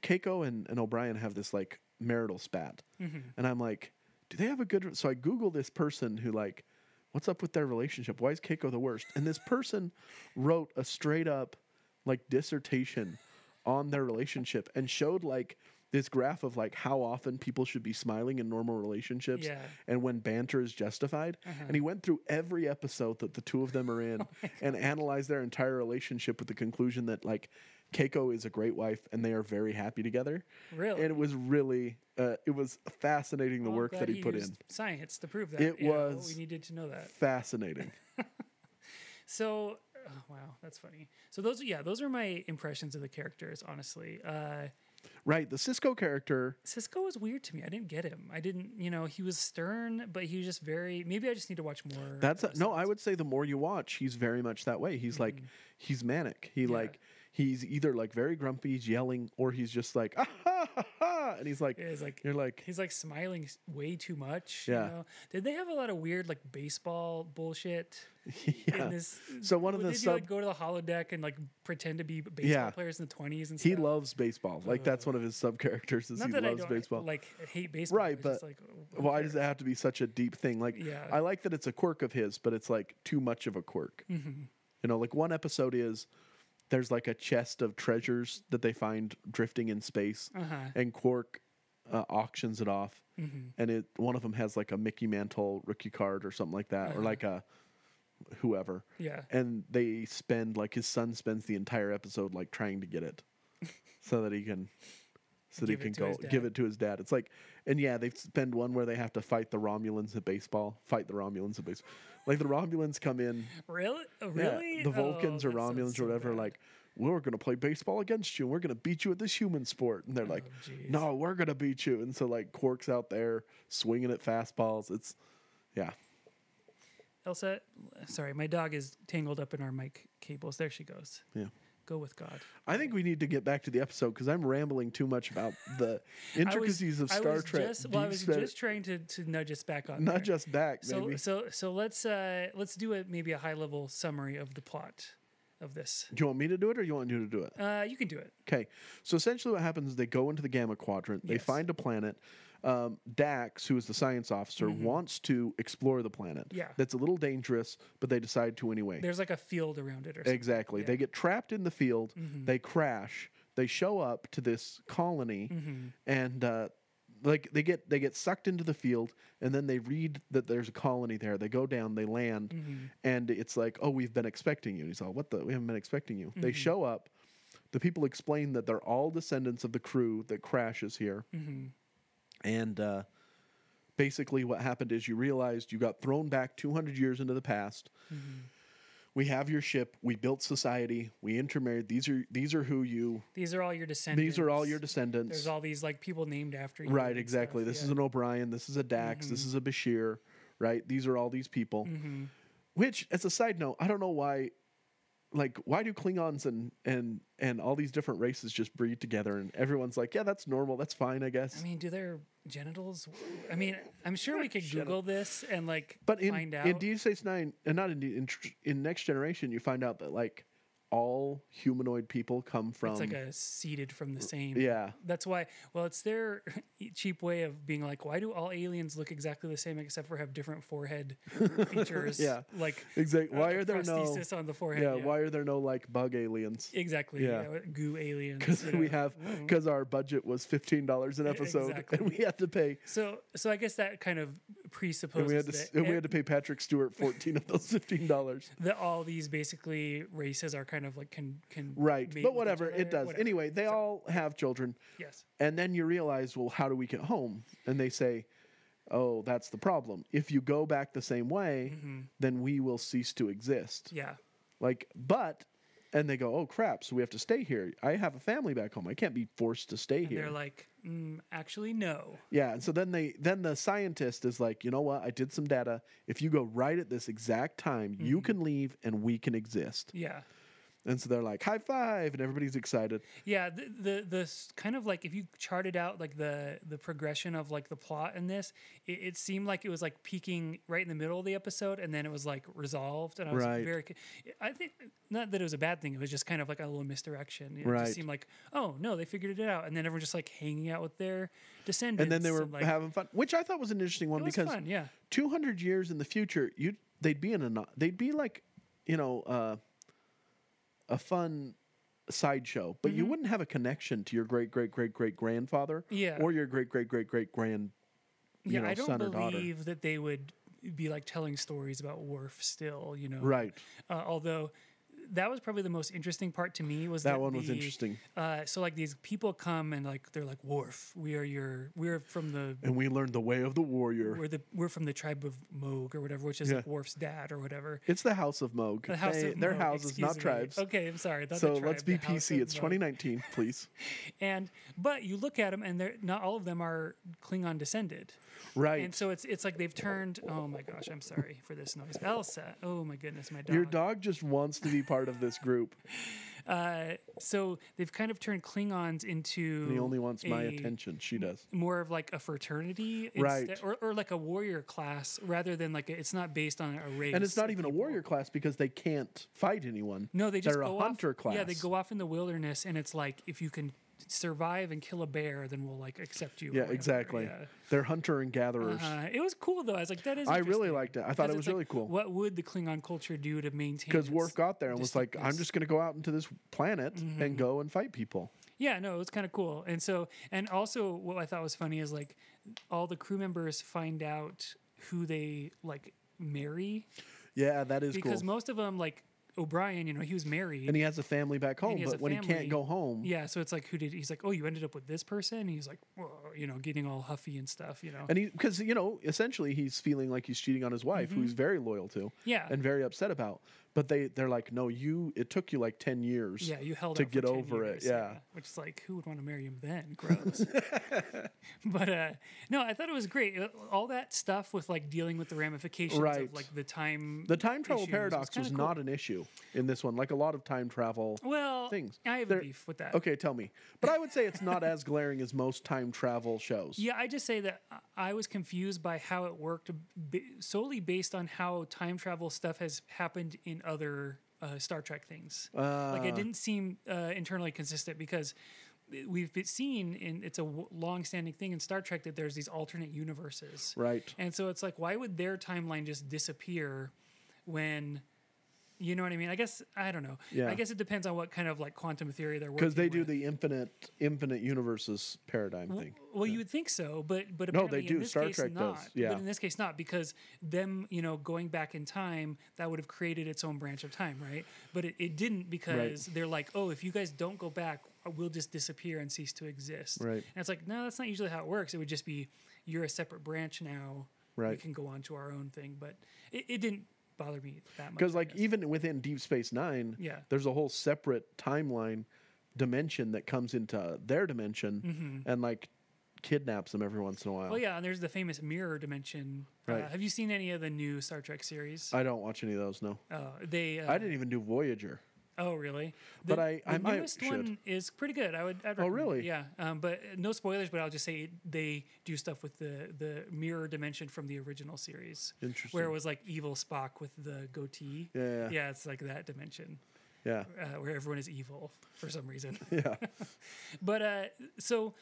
Keiko and, and O'Brien have this like marital spat. And I'm like, do they have a good. So I Google this person who, like, what's up with their relationship? Why is Keiko the worst? And this person wrote a straight up like dissertation on their relationship and showed like this graph of like how often people should be smiling in normal relationships
Yeah.
and when banter is justified.
Mm-hmm.
And he went through every episode that the two of them are
Oh
in and analyzed their entire relationship with the conclusion that like Keiko is a great wife and they are very happy together.
Really?
And it was really uh, it was fascinating the
Well, I'm
work
glad
that he, put
used
in.
science to prove that
It
you know,
was-
we needed to know that.
Fascinating.
So, oh, wow, that's funny. So those, yeah, those are my impressions of the characters. Honestly, uh,
right, the Cisco character
Cisco was weird to me. I didn't get him. I didn't, you know, he was stern, but he was just very. Maybe I just need to watch more.
That's
episodes.
no, I would say the more you watch, he's very much that way. He's
Mm-hmm.
like he's manic. He like he's either like very grumpy, he's yelling, or he's just like ah, ha, ha, ha," and he's like
Yeah, he's like-
you're like
He's like smiling s- way too much.
Yeah.
You know? Did they have a lot of weird like baseball bullshit
yeah.
in this?
So one of
would
the
they do,
sub-
like go to the holodeck and like pretend to be b- baseball
Yeah.
players in the twenties and stuff.
he loves baseball. Like that's one of his sub characters is
Not
he
that I
loves
don't
baseball.
like hate baseball.
Right,
it's just
but
like, who
Why does it
cares?
have to be such a deep thing? Like
Yeah.
I like that it's a quirk of his, but it's like too much of a quirk.
Mm-hmm.
You know, like one episode is there's like a chest of treasures that they find drifting in space,
Uh-huh. Mm-hmm.
and Quark uh, auctions it off, and it one of them has like a Mickey Mantle rookie card or something like that,
Uh-huh.
or like a whoever,
Yeah.
and they spend like his son spends the entire episode like trying to get it, so that he can. So that
Give it
he can
to his
go give
dad.
it to his dad. It's like, and yeah, they spend one where they have to fight the Romulans at baseball. Fight the Romulans at baseball. Like the Romulans come in
Really? Oh,
yeah,
Really?
the
Oh,
Vulcans or
that sounds
Romulans
so
or whatever,
bad.
like, we're going to play baseball against you. and We're going to beat you at this human sport. And they're like,
Oh, jeez.
no, we're going to beat you. And so, like, Quark's out there swinging at fastballs. It's, yeah.
Elsa, sorry, my dog is tangled up in our mic cables. There she goes.
Yeah.
Go with God.
I think we need to get back to the episode because I'm rambling too much about
I
the
was-
intricacies of
I
Star
was
Trek.
Just, well, I
deep
was
space-
just trying to, to nudge us back on.
not
there.
just back,
So
maybe.
so so let's uh let's do a maybe a high level summary of the plot of this.
do you want me to do it or you want you to do it?
Uh, you can do it.
Okay. So essentially, what happens is they go into the Gamma Quadrant. They
Yes.
find a planet. Um, Dax, who is the science officer, wants to explore the planet.
Mm-hmm. Yeah.
That's a little dangerous, but they decide to anyway.
There's like a field around it or something.
exactly. They get trapped in the field. They crash. They show up to this colony, and uh, like they get they get sucked into the field, and then they read that there's a colony there. They go down. They land, and it's like, oh, we've been expecting you. And he's all, what the? We haven't been expecting you. They show up. the people explain that they're all descendants of the crew that crashes here. And uh, basically, what happened is you realized you got thrown back 200 years into the past. We have your ship. We built society. We intermarried. These are these are who you.
These are all your descendants.
These are all your descendants.
There's all these like people named after you.
Right,
and
exactly.
stuff,
This
yeah. Mm-hmm.
is an O'Brien. This is a Dax. This is a Bashir. Right. These are all these people. Which, as a side note, I don't know why. Like, why do Klingons and and and all these different races just breed together? And everyone's like, yeah, that's normal. That's fine, I guess.
I mean, do their genitals? I mean, I'm sure we could Google this and like
but in
find out.
in Deep Space Nine, and not in D- in, tr- in Next Generation, you find out that like all humanoid people come from.
it's like a seeded from the same.
yeah.
That's why. Well, it's their cheap way of being like, why do all aliens look exactly the same except for have different forehead features?
Yeah.
like
Exactly.
uh,
Why are there no?
prosthesis on the forehead?
Yeah. Why are there no like bug aliens?
Exactly.
Yeah.
Yeah. goo aliens.
because
you
we
know.
have because our budget was fifteen dollars an episode, and
Mm-hmm. E, exactly.
we had to pay
So, so I guess that kind of
and
presupposes
we had to
that
s- and we
e-
had to pay Patrick Stewart fourteen of those fifteen dollars.
that all these basically races are kind of like can can
Right,
mate
but
with
whatever
each other,
it does.
whatever.
Anyway, they all have children,
yes,
and then you realize, well, how do we get home? And they say, "Oh, that's the problem. If you go back the same way,
Mm-hmm.
then we will cease to exist."
yeah,
Like, but. And they go, oh crap! So we have to stay here. I have a family back home. I can't be forced to stay
and
here.
they're like, mm, actually, no.
Yeah, and so then they then the scientist is like, you know what? I did some data. If you go right at this exact time, you
Mm-hmm.
can leave and we can exist.
Yeah,
And so they're like, high five, and everybody's excited.
yeah. The, the the s- kind of like if you charted out like the the progression of like the plot in this, it, it seemed like it was like peaking right in the middle of the episode, and then it was like resolved. And I was
Right.
very, c- I think not that it was a bad thing. It was just kind of like a little misdirection. It
Right.
just seemed like, oh no, they figured it out, and then everyone just like hanging out with their descendants.
And then they were
like,
having fun, which I thought was an interesting one
it was
because
fun, yeah.
200 years in the future, you they'd be in a they'd be like, you know, uh, a fun sideshow, but
Mm-hmm.
you wouldn't have a connection to your great great great great grandfather
Yeah.
or your great great great great grand.
yeah,
know,
I don't
son or daughter.
believe that they would be like telling stories about Worf still, you know.
Right,
Uh, although that was probably the most interesting part to me was that,
that one was
the-
interesting,
Uh, so like these people come and like they're like Worf, we are your we're from the
and we learned the way of the warrior.
we're the we're from the tribe of Moog or whatever, which is like
Yeah.
Worf's dad or whatever.
It's the House of Moog.
The house
They-
of
their
Moog,
houses,
excuse
not
me.
tribes.
Okay, I'm sorry. not the
So
tribe,
let's be
the house
PC.
of
It's
Moog.
2019, please.
And but you look at them and they're not all of them are Klingon descended.
Right.
And so it's it's like they've turned. Oh my gosh, I'm sorry for this noise, Elsa. Oh my goodness, my dog.
Your dog just wants to be part of this group.
Uh, so they've kind of turned Klingons into.
He only wants my
a-
attention. She does.
More of like a fraternity,
Right.
instead- or, or like a warrior class, rather than like a, it's not based on a race.
And it's not
of
even a
people.
warrior class because they can't fight anyone.
No, they just
They're
go
a hunter
off,
class.
Yeah, they go off in the wilderness, and it's like if you can survive and kill a bear, then we'll like accept you. or
Yeah,
whatever,
exactly.
yeah.
They're hunter and gatherers.
Uh, it was cool though. I was like, that is.
I really
interesting.
liked it. I thought
'Cause
it
it's
was
like,
really cool.
What would the Klingon culture do to maintain?
Because
its
Worf got there and was like, I'm
distinctness?"
just going to go out into this planet
Mm-hmm.
and go and fight people.
Yeah, no, it was kind of cool. And so, and also, what I thought was funny is like all the crew members find out who they like marry
Yeah, that is
because
cool.
most of them, like O'Brien, you know, he was married.
and he has a family back home,
he has
but
a
when he
family.
can't go home,
yeah, so it's like who did he's like, oh, you ended up with this person. And he's like, Whoa, you know, getting all huffy and stuff, you know.
And he, because you know, essentially, he's feeling like he's cheating on his wife, who he's very loyal to,
Mm-hmm. Yeah.
and very upset about. But they, they're like, no, you. It took you like ten years,
yeah, you held
to
out for
get
10
over
years,
it. Yeah.
which is like, who would want to marry him then? Gross. but uh, no, I thought it was great. Uh, All that stuff with like dealing with the ramifications
Right.
of like the time,
The time travel
issues
paradox
kinda
was
cool.
not an issue in this one, like a lot of time travel.
well
things.
I have
There-
a beef with that.
Okay, tell me, but I would say it's not as glaring as most time travel shows.
Yeah, I just say that I- I was confused by how it worked b- solely based on how time travel stuff has happened in other uh, Star Trek things. like
Ah.
it didn't seem uh, internally consistent because we've been seen in it's a w- long-standing thing in Star Trek that there's these alternate universes.
Right.
And so it's like, why would their timeline just disappear when, You know what I mean? I guess I don't know.
Yeah.
I guess it depends on what kind of like quantum theory they're working.
because they do
with.
the infinite infinite universes paradigm
Uh-huh.
thing.
Well, you would think so, but but
No,
apparently
they do.
In this
Star
case,
Trek does.
not.
Yeah.
But in this case, not because them, you know, going back in time, that would have created its own branch of time, right? But it, it didn't because they're like, oh, if you guys don't go back, we'll just disappear and cease to exist.
Right.
And it's like, no, that's not usually how it works. It would just be you're a separate branch now. We
Right.
can go on to our own thing, but it, it didn't bother me that much.
Because
I
like
guess.
even within Deep Space Nine,
Yeah.
there's a whole separate timeline dimension that comes into their dimension and like kidnaps them every once in a while.
Mm-hmm. Well, yeah, and there's the famous mirror dimension. Uh,
Right.
have you seen any of the new Star Trek series?
I don't watch any of those. No,
Uh, they. Uh,
I didn't even do Voyager.
Oh, really?
But I-
the
I might
newest
should. Oh,
one is pretty good. I would. I'd recommend
really?
It. Yeah. Um, but uh, no spoilers. But I'll just say it- they do stuff with the the mirror dimension from the original series. Where
Interesting.
it was like evil Spock with the goatee.
Yeah, yeah, yeah.
Yeah, it's like that dimension
Yeah,
uh, where everyone is evil for some reason. Yeah. but uh, so.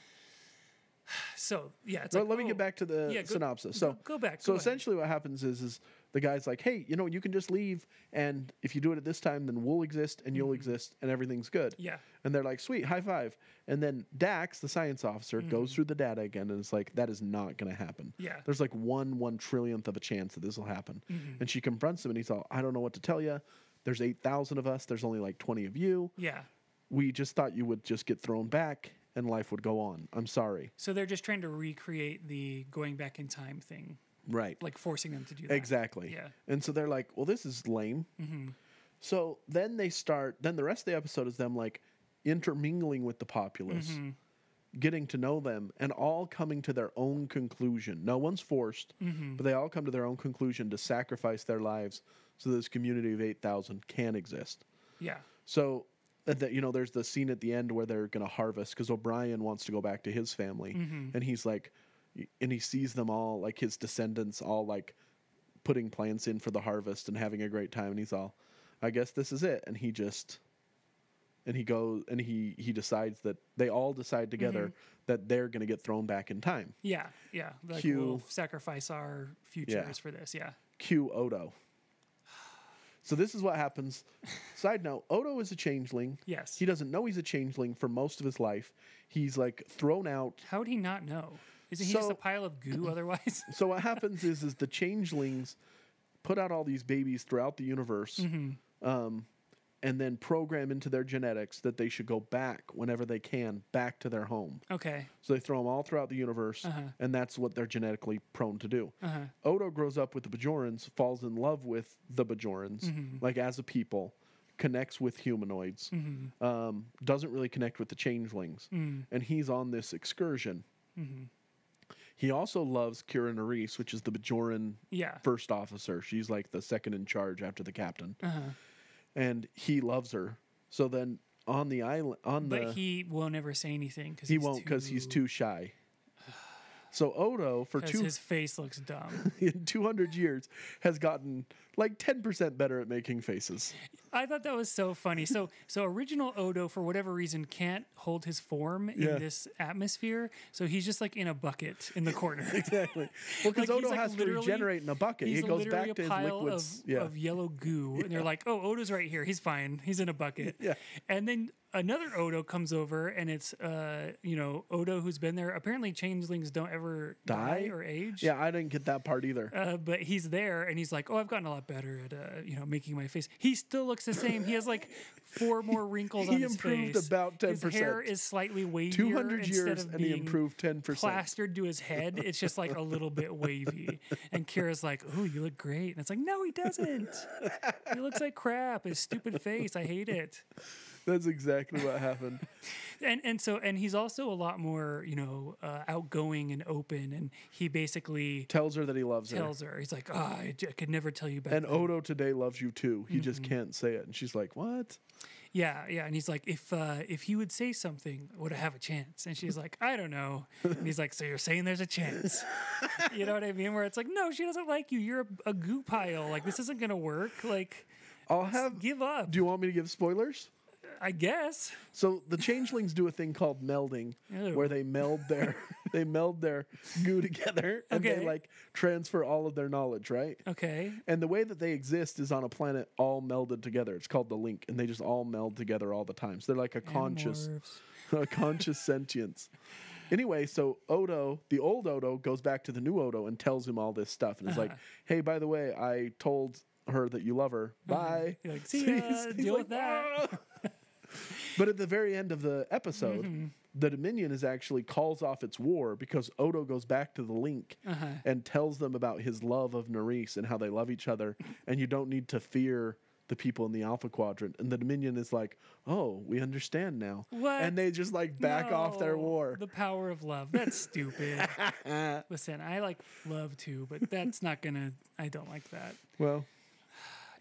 So yeah, it's
Well,
like,
let me
oh,
get back to the
yeah, go-
synopsis.
go-
So
go back,
So
go ahead.
essentially, what happens is is the guy's like, "Hey, you know, you can just leave, and if you do it at this time, then we'll exist, and you'll exist, and everything's good."
Mm-hmm. Yeah.
And they're like, "Sweet, high five. And then Dax, the science officer, goes through the data again, and it's like, "That is not going to happen."
Mm-hmm. Yeah. Mm-hmm.
There's like one one trillionth of a chance that this will happen. And she confronts him, and he's all, "I don't know what to tell you. There's eight thousand of us. There's only like twenty of you.
Yeah.
We just thought you would just get thrown back." And life would go on. I'm sorry.
So they're just trying to recreate the going back in time thing,
Right.
like forcing them to do that.
Exactly.
Yeah. Mm-hmm.
And so they're like, well, this is lame. So then they start, then the rest of the episode is them like intermingling with the populace,
Mm-hmm.
getting to know them, and all coming to their own conclusion. No one's forced,
Mm-hmm.
but they all come to their own conclusion to sacrifice their lives so this community of 8,000 can exist.
Yeah.
So, uh, that you know, there's the scene at the end where they're going to harvest because O'Brien wants to go back to his family, and he's like, and he sees them all like his descendants all like putting plants in for the harvest and having a great time, and he's all, I guess this is it, and he just, and he goes and he he decides that they all decide together that they're going to get thrown back in time.
Yeah, yeah. Like we'll
Cue-
sacrifice our futures
Yeah.
for this. Yeah.
Q Odo. So this is what happens. Side note, Odo is a changeling.
Yes.
He doesn't know he's a changeling for most of his life. He's like thrown out.
How would he not know? Isn't he just a
So-
pile of goo otherwise?
So what happens is is the changelings put out all these babies throughout the universe. Um and then program into their genetics that they should go back whenever they can back to their home.
okay.
So they throw them all throughout the universe, and that's what they're genetically prone to do. Odo grows up with the Bajorans, falls in love with the Bajorans, like as a people, connects with humanoids, um, doesn't really connect with the changelings, and he's on this excursion. He also loves Kira Nerys, which is the Bajoran
Yeah.
first officer. She's like the second in charge after the captain, and he loves her. So then on the island, on
but
the
he will never say anything because
he won't because he's too shy. So Odo, for
Because
two,
his face looks dumb.
in 200 years, has gotten like 10% better at making faces.
I thought that was so funny. So, so original Odo for whatever reason can't hold his form
Yeah.
in this atmosphere. So he's just like in a bucket in the corner.
Exactly. Well, because
Like, he's,
Odo
like,
has to
literally-
regenerate in a bucket. He
He's
goes
literally
back
a
to his
pile
liquids.
Of,
yeah.
of yellow goo, and they're like, "Oh, Odo's right here. He's fine. He's in a bucket."
Yeah.
And then another Odo comes over, and it's uh, you know, Odo who's been there. Apparently, changelings don't ever die,
Die?
or age.
yeah, I didn't get that part either.
Uh, but he's there, and he's like, "Oh, I've gotten a lot better at uh, you know making my face." He still looks the same. He has like four more wrinkles
He
on his face.
improved about
His hair
10%.
is slightly wavier.
200
instead
years
of
and he
being
improved 10%.
plastered to his head. It's just like a little bit wavy. And Kira's like, "Oh, you look great," and it's like, "No, he doesn't. he looks like crap. His stupid face. I hate it."
That's exactly what happened.
and and so and he's also a lot more you know uh, outgoing and open. And he basically
Tells her that he loves her.
tells her, he's like, "Ah, I, j- I could never tell you back."
And
then."
Odo today loves you too. He just
Mm-hmm.
can't say it. And she's like, What?
Yeah, yeah. And he's like, if uh, if he would say something, would I have a chance? And she's like, I don't know. And he's like, so you're saying there's a chance? you know what I mean? Where it's like, no, she doesn't like you. You're a, a goo pile. Like this isn't gonna work. Like
I'll have.
give up.
Do you want me to give spoilers?
I guess.
So the changelings do a thing called melding,
Ew.
where they meld their they meld their goo together, and
Okay.
they like transfer all of their knowledge, right?
Okay.
And the way that they exist is on a planet all melded together. It's called the link, and they just all meld together all the time. So they're like a conscious,
Animorphs.
a conscious sentience. Anyway, so Odo, the old Odo, goes back to the new Odo and tells him all this stuff, and is
Uh-huh.
like, "Hey, by the way, I told her that you love her. Bye."
Uh-huh. You're like, see
So
ya,
he's- he's
deal
like, "Ah."
with that.
But at the very end of the episode,
Mm-hmm.
the Dominion is actually calls off its war because Odo goes back to the Link
Uh-huh.
and tells them about his love of Nerys and how they love each other, and you don't need to fear the people in the Alpha Quadrant. And the Dominion is like, "Oh, we understand now,"
What?
and they just like back off their
No,
war.
The power of love. That's stupid. Listen, I like love too, but that's not gonna. I don't like that.
well,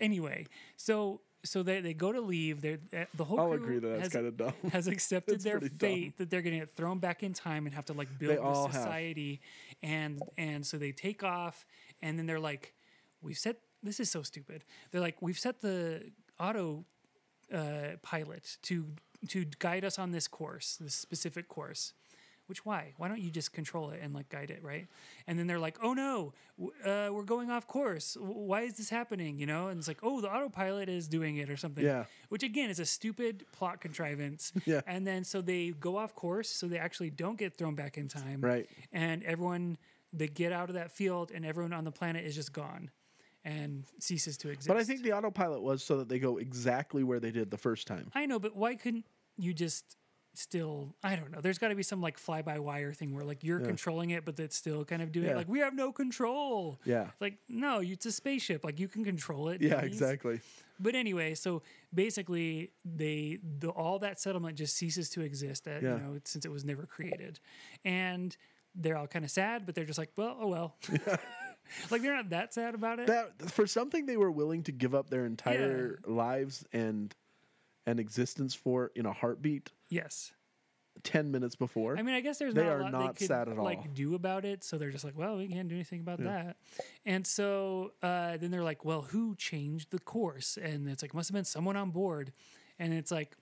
Anyway, so so they, they go to leave. They're, uh, the whole
I'll
crew
agree that that's
has-
kind of dumb.
has accepted
That's
their
pretty dumb.
fate that they're going to get thrown back in time and have to like build
all
this
have.
society and and so they take off and then they're like we've set this is so stupid they're like we've set the auto uh, pilot to to guide us on this course this specific course which why why don't you just control it and like guide it right and then they're like oh no w- uh, we're going off course W- why is this happening you know and it's like oh the autopilot is doing it or something
Yeah.
which again is a stupid plot contrivance.
Yeah.
And then so they go off course, so they actually don't get thrown back in time.
Right.
And everyone they get out of that field, and everyone on the planet is just gone, and ceases to exist.
but I think the autopilot was so that they go exactly where they did the first time.
I know, but why couldn't you just still? I don't know. There's got to be some like fly by wire thing where like you're controlling it, but that's still kind of doing it.
Yeah.
Like we have no control.
Yeah.
Like no, it's a spaceship. Like you can control it.
Yeah,
dummies.
exactly.
But anyway, so basically, they the, all that settlement just ceases to exist. At,
Yeah.
You know, since it was never created, and they're all kind of sad, but they're just like, well, oh well. like they're not that sad about it.
that for something they were willing to give up their entire lives and and existence for in a heartbeat
yes.
10 minutes before
I mean, I guess there's
They
not
are
a lot
not
they could
sad at all.
like do about it, so they're just like, well, we can't do anything about that. And so uh, then they're like, well, who changed the course? And it's like must have been someone on board. And it's like,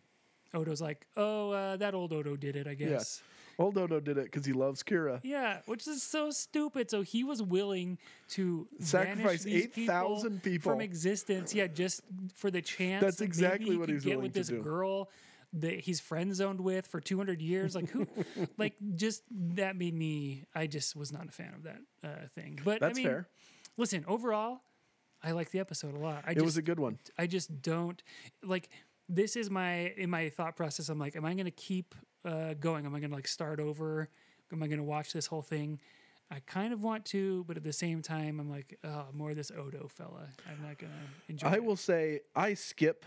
Odo's like, oh, uh, that old Odo did it, I guess.
old odo did it because he loves kira
Yeah, which is so stupid. So he was willing to vanish
Sacrifice
these
8,000 people.
from existence. Yeah, just for the chance.
That's
that maybe
exactly
he
what
could
he was
get
willing
with
to
this
do.
girl that he's friend zoned with for 200 years. Like who? like just that made me. I just was not a fan of that uh, thing. But I
That's
mean,
fair.
Listen, overall, I like the episode a lot. I
it
just,
was a good one
I just don't like. This is my in my thought process. I'm like, am I going to keep uh, going? Am I going to like start over? Am I going to watch this whole thing? I kind of want to, but at the same time, I'm like, oh, more of this Odo fella. I'm not going to enjoy.
i
it.
will say i skip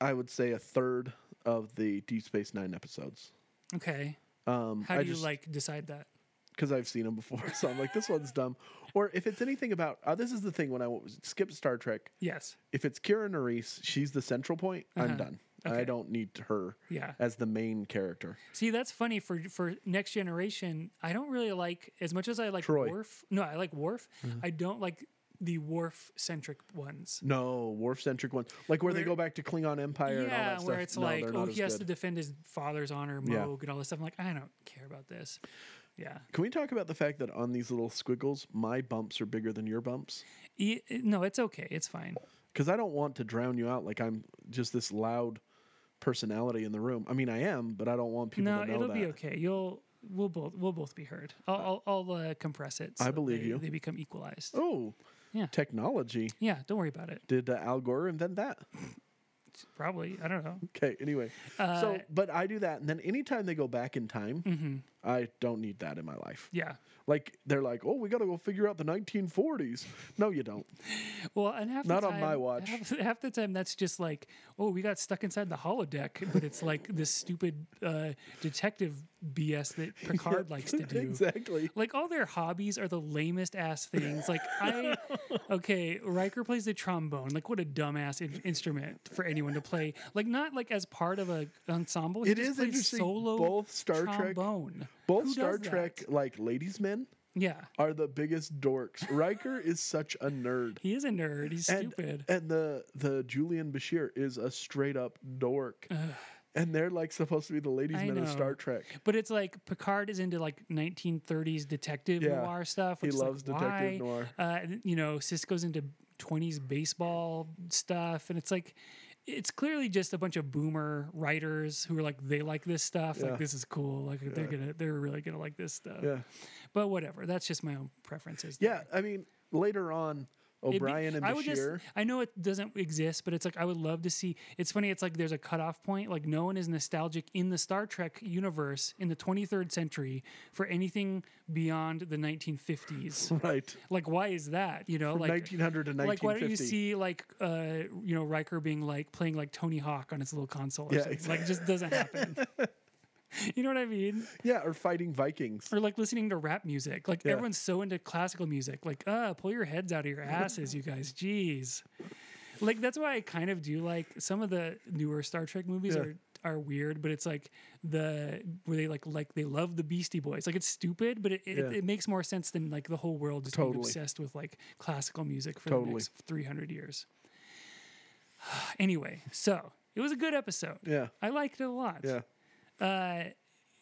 i would say a third of the deep space nine episodes
Okay.
um
How
I
do you
just,
like decide that?
because I've seen them before, so I'm like, this one's dumb. Or if it's anything about, uh, this is the thing when I w- skip Star Trek,
Yes.
if it's Kira Nerys, she's the central point. I'm done. I
Uh-huh. Okay.
don't need her
Yeah.
as the main character.
See, that's funny for for next generation. I don't really like as much as I like
Troy. Mm-hmm.
Worf. No, I like Worf. I don't like the Worf centric ones.
No, Worf centric ones, like where, they
Where-
go back to Klingon Empire and all
yeah,
that stuff.
where it's
No,
like,
they're
oh,
not as
he has to
good.
defend his father's honor, Moog,
Yeah.
and all this stuff. I'm like, I don't care about this. Yeah,
Can we talk about the fact that on these little squiggles, my bumps are bigger than your bumps?
E- no, it's okay. It's fine.
Because I don't want to drown you out like I'm just this loud personality in the room. I mean, I am, but I don't want people
No,
to know
it'll
that.
be okay. You'll we'll both we'll both be heard. I'll I'll, I'll uh, compress it. so
believe
they,
you.
They become equalized.
Oh,
Yeah.
technology.
Yeah, don't worry about it.
Did uh, Al Gore invent that?
Probably, I don't know.
Okay, anyway.
Uh,
so, but I do that. And then anytime they go back in time,
Mm-hmm.
I don't need that in my life.
Yeah.
Like, they're like, oh, we got to go figure out the 1940s. No, you don't.
Well, and half
Not
the
on
time,
my watch.
Half, half the time, that's just like, oh, we got stuck inside the holodeck, but it's like this stupid uh, detective BS that Picard likes to do.
exactly.
Like all their hobbies are the lamest ass things. Like I, okay, Riker plays the trombone. Like what a dumbass in- instrument for anyone to play. Like not like as part of a ensemble. He
It
just
is
plays
interesting,
Solo
both Star Trek-
trombone.
Both
Who
Star
does that?
Trek, like ladies' men,
Yeah.
are the biggest dorks. Riker is such a nerd.
He is a nerd. He's
And,
stupid.
and the the Julian Bashir is a straight up dork. And they're like supposed to be the ladies'
I
men of
know.
Star Trek.
But it's like Picard is into like 1930s detective
Yeah.
noir stuff.
He
Which is like,
loves detective
why?
noir.
Uh, you know, Cisco's into 20s baseball stuff, and it's like it's clearly just a bunch of boomer writers who are like they like this stuff.
Yeah.
Like this is cool. Like they're gonna they're really gonna like this stuff.
Yeah.
But whatever. That's just my own preferences.
Yeah, I mean, later on,
It'd be-
O'Brien and
I would just-
Bashir.
I know it doesn't exist, but it's like I would love to see. It's funny. It's like there's a cutoff point. Like no one is nostalgic in the Star Trek universe in the 23rd century for anything beyond the 1950s.
right.
like why is that? You know,
From
like
1900 to
Like why don't you
1950.
see like uh you know Riker being like playing like Tony Hawk on his little console? Or
Yeah,
something. Like it just doesn't happen. you know what I mean?
Yeah, or fighting Vikings.
or like listening to rap music. Like everyone's so into classical music. Like, uh, pull your heads out of your asses, you guys. Jeez. Like that's why I kind of do like some of the newer Star Trek movies
Yeah.
are are weird, but it's like the where they like like they love the Beastie Boys. Like it's stupid, but it, it,
Yeah.
it makes more sense than like the whole world just being
Totally.
obsessed with like classical music for the
Totally.
next three hundred years. anyway, so it was a good episode.
Yeah.
I liked it a lot
Yeah.
uh,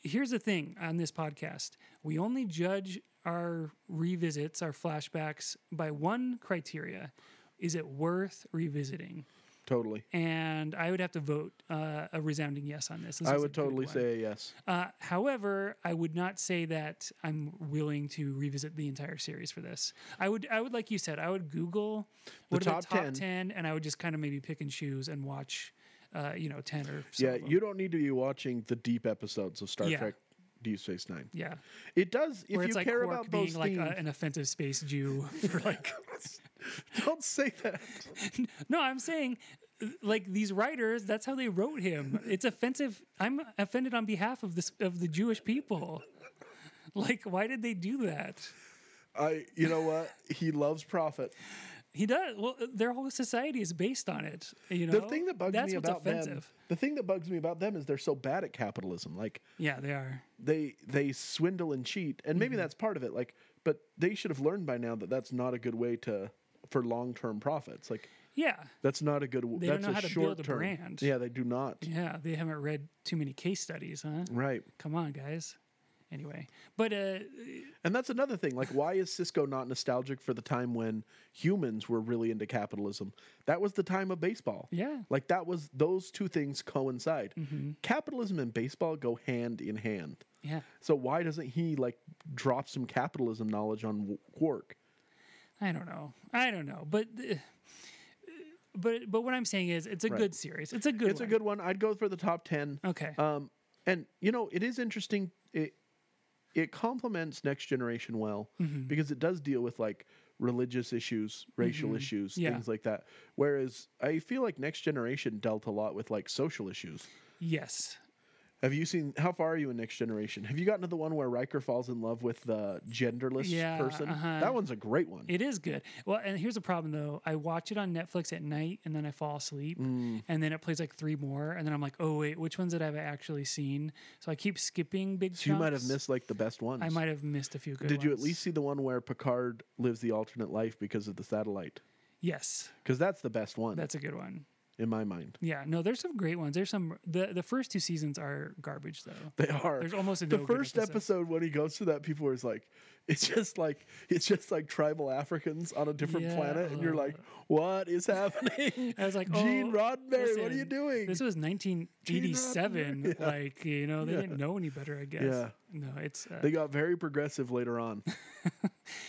here's the thing on this podcast we only judge our revisits our flashbacks by one criteria is it worth revisiting
Totally.
and i would have to vote uh, a resounding yes on this, This
I
was a
would
good
totally
one.
say a yes.
uh, however i would not say that i'm willing to revisit the entire series for this i would i would like you said i would google what are
top
the top
10.
10. and i would just kind of maybe pick and choose and watch uh, you know 10 or so
Yeah,
of them.
you don't need to be watching the deep episodes of Star
Yeah.
Trek Deep Space Nine.
yeah
It does if
Where
you
it's like
care
Quark
about those
being like
things.
uh, a, an offensive space Jew for like
don't say that.
no, I'm saying like these writers, that's how they wrote him. It's offensive. I'm offended on behalf of this of the Jewish people. Like, why did they do that?
I you know what? He loves profit.
He does. Well, their whole society is based on it. You know,
The thing that bugs
Oh, that's
me
what's
about them
offensive.
the thing that bugs me about them is they're so bad at capitalism. Like
Yeah, they are.
they they swindle and cheat and
Mm-hmm.
maybe that's part of it like but they should have learned by now that that's not a good way to for long-term profits like
Yeah,
that's not a good w-
They don't
that's
know
a
how to build a
short term
brand.
yeah they do not
yeah. They haven't read too many case studies, huh?
right
Come on, guys. Anyway, but uh,
and that's another thing like why is cisco not nostalgic for the time when humans were really into capitalism that was the time of baseball
yeah, Mm-hmm.
like that was those two things coincide capitalism and baseball go hand in hand
yeah.
so why doesn't he like drop some capitalism knowledge on w- quark
I don't know. I don't know. But uh, but but what I'm saying is it's a good series. It's a good
it's
one.
a good one i'd go for the top 10
Okay.
Um, and you know, it is interesting. It it complements Next Generation well
Mm-hmm.
because it does deal with like religious issues, racial issues,
Mm-hmm. Yeah.
things like that. Whereas I feel like Next Generation dealt a lot with like social issues.
yes.
Have you seen how far are you in Next Generation? Have you gotten to the one where Riker falls in love with the genderless
Yeah,
person?
uh-huh.
That one's a great one.
It is good. Well, and here's the problem though. I watch it on Netflix at night and then I fall asleep
Mm.
and then it plays like three more and then I'm like, "Oh wait, which ones did I have actually seen?" So I keep skipping big
so you might have
chunks.
missed like the best ones.
I might have missed a few good
Did you at
ones.
least see the one where Picard lives the alternate life because of the satellite?
Yes.
Because that's the best one
That's a good one.
in my mind.
Yeah, no, there's some great ones. There's some the the first two seasons are garbage though.
They are.
There's almost a
the
no good
first
episode.
episode. when he goes to that people is like, it's just like it's just like tribal Africans on a different
Yeah.
planet, and you're like, what is happening?
I was like,
Gene
oh,
Roddenberry, what are you
listen,
doing?
This was 1987. Like, you know, they didn't know any better, I guess.
Yeah.
No, it's uh,
they got very progressive later on.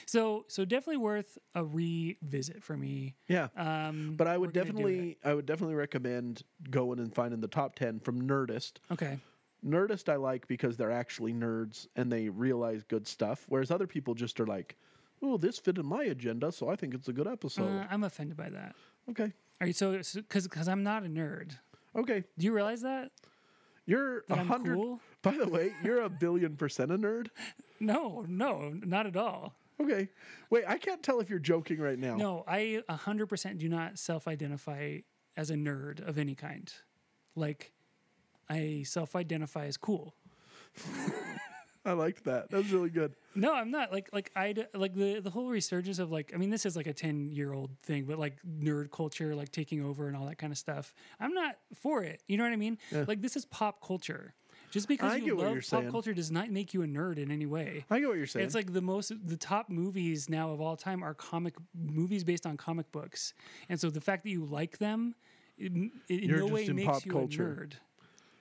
so so definitely worth a revisit for me.
Yeah.
Um,
but I would
we're gonna do
definitely, I would definitely recommend going and finding the top ten from Nerdist.
okay.
Nerdist I like because they're actually nerds and they realize good stuff, whereas other people just are like, "Oh, this fit in my agenda, so I think it's a good episode."
Uh, I'm offended by that. All
okay,
right, so because because I'm not a nerd.
okay,
Do you realize that?
you're a
That I'm
hundred.
cool?
By the way, you're a billion percent a nerd.
No, no, not at all.
Okay. Wait, I can't tell if you're joking right now.
No, I 100% do not self identify as a nerd of any kind. Like, I self identify as cool.
I liked that. That was really good.
No, I'm not. Like like I like the the whole resurgence of like I mean this is like a 10-year-old thing, but like nerd culture like taking over and all that kind of stuff. I'm not for it. You know what I mean? Like this is pop culture. Just because
I
you
get what
love
you're
pop
saying.
culture does not make you a nerd in any way.
I get what you're saying.
It's like the most the top movies now of all time are comic movies based on comic books. And so the fact that you like them it, it in
You're
no way
just in
makes
pop
you
culture.
a nerd.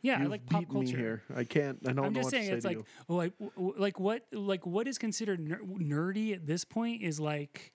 Yeah, I
You've
like pop
beat
culture.
me here. I can't. I don't
I'm
know
just
what to
saying
say
it's
to
like
you.
oh, like w- w- like what like what is considered ner- nerdy at this point is like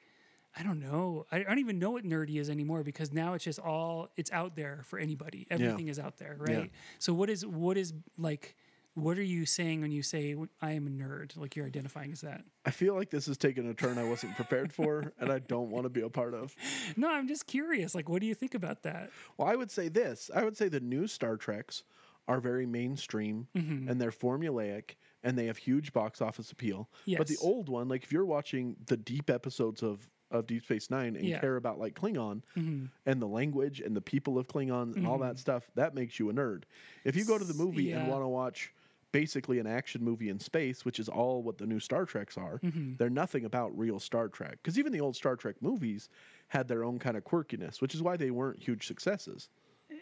I don't know. I I don't even know what nerdy is anymore because now it's just all it's out there for anybody. Everything is out there,
Yeah.
right? So what is what is like what are you saying when you say I am a nerd? Like you're identifying as that?
I feel like this is taking a turn I wasn't prepared for, and I don't want to be a part of.
No, I'm just curious. Like what do you think about that?
Well, I would say this. I would say the new Star Treks are very mainstream
Mm-hmm.
and they're formulaic and they have huge box office appeal. But the
Yes.
old one, like if you're watching the deep episodes of of Deep Space Nine and
Yeah. Mm-hmm.
care about like Klingon and the language and the people of Klingon and all that stuff, that makes you a nerd. If you go to the movie and
yeah.
want to watch basically an action movie in space, which is all what the new Star Treks are,
Mm-hmm.
they're nothing about real Star Trek. Because even the old Star Trek movies had their own kind of quirkiness, which is why they weren't huge successes.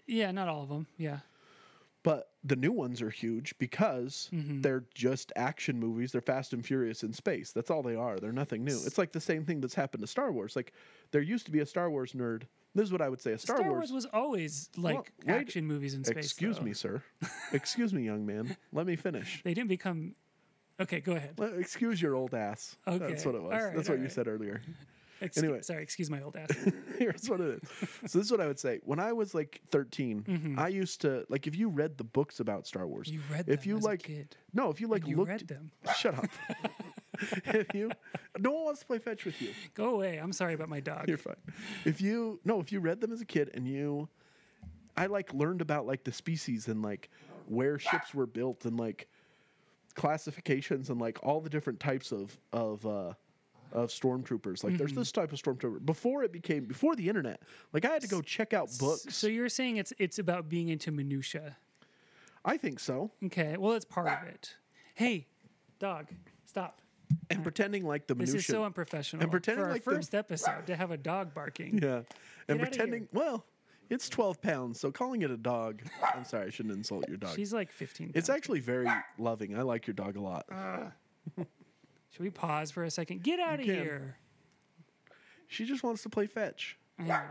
Yeah, not all of them. Yeah.
But the new ones are huge because
Mm-hmm.
they're just action movies. They're Fast and Furious in space. That's all they are. They're nothing new. It's like the same thing that's happened to Star Wars. Like there used to be a Star Wars nerd. This is what I would say a Star,
Star, Wars, was always like
wait-
action movies in space.
Excuse
though.
me, sir. Excuse me, young man. Let me finish.
They didn't become Okay, go ahead.
Let- excuse your old ass.
Okay.
That's what it was.
All right,
that's
all
what you
right.
said earlier.
Excuse,
Anyway.
Sorry, excuse my old ass.
Here's what it is. So this is what I would say. When I was like 13, I used to like if you read the books about Star Wars.
Mm-hmm. You read
if
them
you
as a
like
kid.
no, if you like
You
looked
read them.
Shut up. if you, no one wants to play fetch with you.
Go away. I'm sorry about my dog.
You're fine. If you no, if you read them as a kid and you, I like learned about like the species and like where ships were built and like classifications and like all the different types of of uh of stormtroopers. Like
Mm-hmm.
there's this type of stormtrooper before it became before the internet. Like I had to go check out books.
So you're saying it's it's about being into minutia.
I think so.
Okay. Well, that's part of it. Hey, dog, stop.
And pretending like the
This
minutia.
is so unprofessional.
And pretending
for our
like the-
first episode to have a dog barking.
Yeah. And
Get outta here.
pretending, well, it's 12 pounds, so calling it a dog, I'm sorry, I shouldn't insult your dog.
She's like 15.
it's
pounds.
actually very loving. I like your dog a lot.
Should we pause for a second? Get out of
can.
here.
She just wants to play fetch.
Yeah.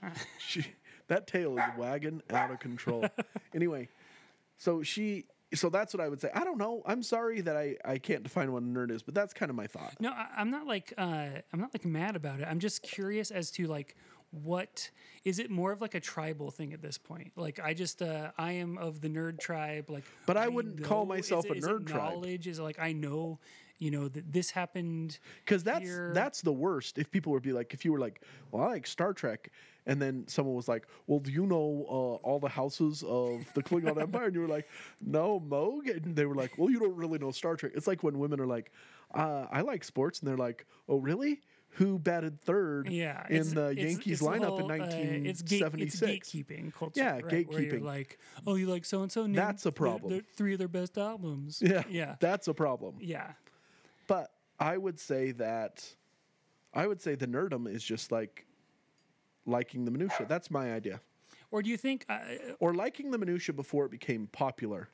She, that tail is wagging out of control. anyway, so she, so that's what I would say. I don't know. I'm sorry that I, I can't define what a nerd is, but that's kind of my thought.
No, I, I'm not like uh, I'm not like mad about it. I'm just curious as to like what is it more of like a tribal thing at this point? Like I just uh, I am of the nerd tribe. Like,
But I
we
wouldn't call
know-
myself
is it-
a
is it
nerd tribe.
Knowledge is it like I know, you know that this happened.
Because that's
here.
that's the worst. If people would be like, if you were like, well, I like Star Trek, and then someone was like, well, do you know uh, all the houses of the Klingon Empire? And you were like, no, Moog. And they were like, well, you don't really know Star Trek. It's like when women are like, uh, I like sports, and they're like, oh, really? Who batted third
Yeah,
in the
it's-
Yankees
it's a
lineup
little, uh,
in
it's gate- It's
1976?
gatekeeping culture.
Yeah,
right, where you're
gatekeeping.
like, oh, you like so and so.
That's a problem.
three of their best albums.
yeah,
yeah,
that's a problem.
yeah.
But I would say that I would say the nerdum is just like liking the minutia. That's my idea.
Or do you think? Uh,
Or liking the minutia before it became popular.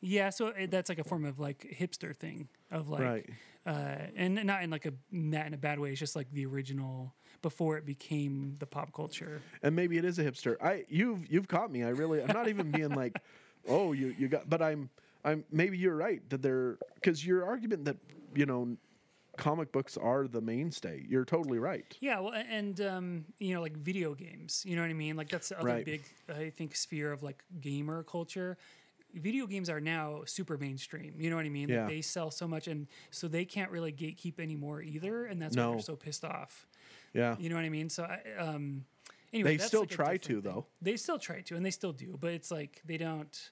yeah, so it, that's like a form of like hipster thing of like. uh, and not in like a not in a bad way. It's just like the original before it became the pop culture.
And maybe it is a hipster. I you've you've caught me. I really I'm not even being like, "Oh, you you got but I'm I'm maybe you're right that they're cuz your argument that, you know, comic books are the mainstay. You're totally right.
Yeah, well, a- and um, you know, like video games. You know what I mean? Like that's the other
Right.
big, I think, sphere of like gamer culture. Video games are now super mainstream. You know what I mean?
Yeah.
Like they sell so much, and so they can't really gatekeep anymore either, and that's why
No.
they're so pissed off.
Yeah.
You know what I mean? So, I, um, anyway,
They
that's,
still
like, a
try
different
to,
thing.
though.
They still try to, and they still do, but it's like they don't.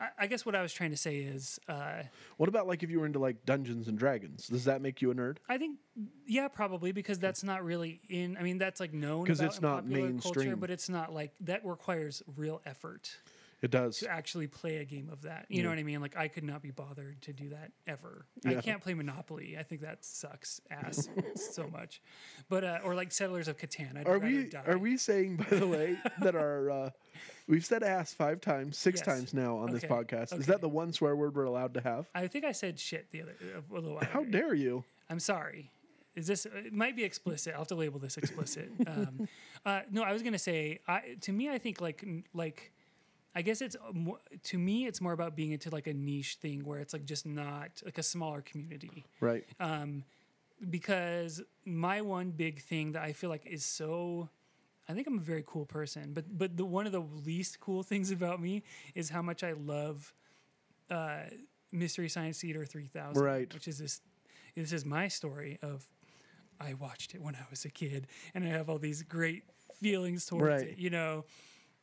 I, I guess what I was trying to say is, uh,
What about like if you were into like Dungeons and Dragons? Does that make you a nerd?
I think, yeah, probably because that's not really in. I mean, that's like known
'Cause
about
it's
in
not
popular
mainstream.
culture, but it's not like that requires real effort.
It does.
to actually play a game of that. You know what I mean? Like I could not be bothered to do that ever.
Yeah.
I can't play Monopoly. I think that sucks ass so much. But uh, or like Settlers of Catan. I'd
Are
rather
we
die.
are we saying by the way that our uh, we've said ass five times, six
Yes.
times now on this
Okay.
podcast? Is
Okay.
that the one swear word we're allowed to have?
I think I said shit the other a little while.
How
ago.
dare you?
I'm sorry. Is this? It might be explicit. I'll have to label this explicit. Um, uh, no, I was gonna say. I to me, I think like n- like, I guess it's more, to me, it's more about being into like a niche thing where it's like just not like a smaller community
Right.
Uh, because my one big thing that I feel like is so I think I'm a very cool person, but but the one of the least cool things about me is how much I love uh, Mystery Science Theater 3000,
Right.
Which is this this is my story of I watched it when I was a kid, and I have all these great feelings towards
Right.
it, you know.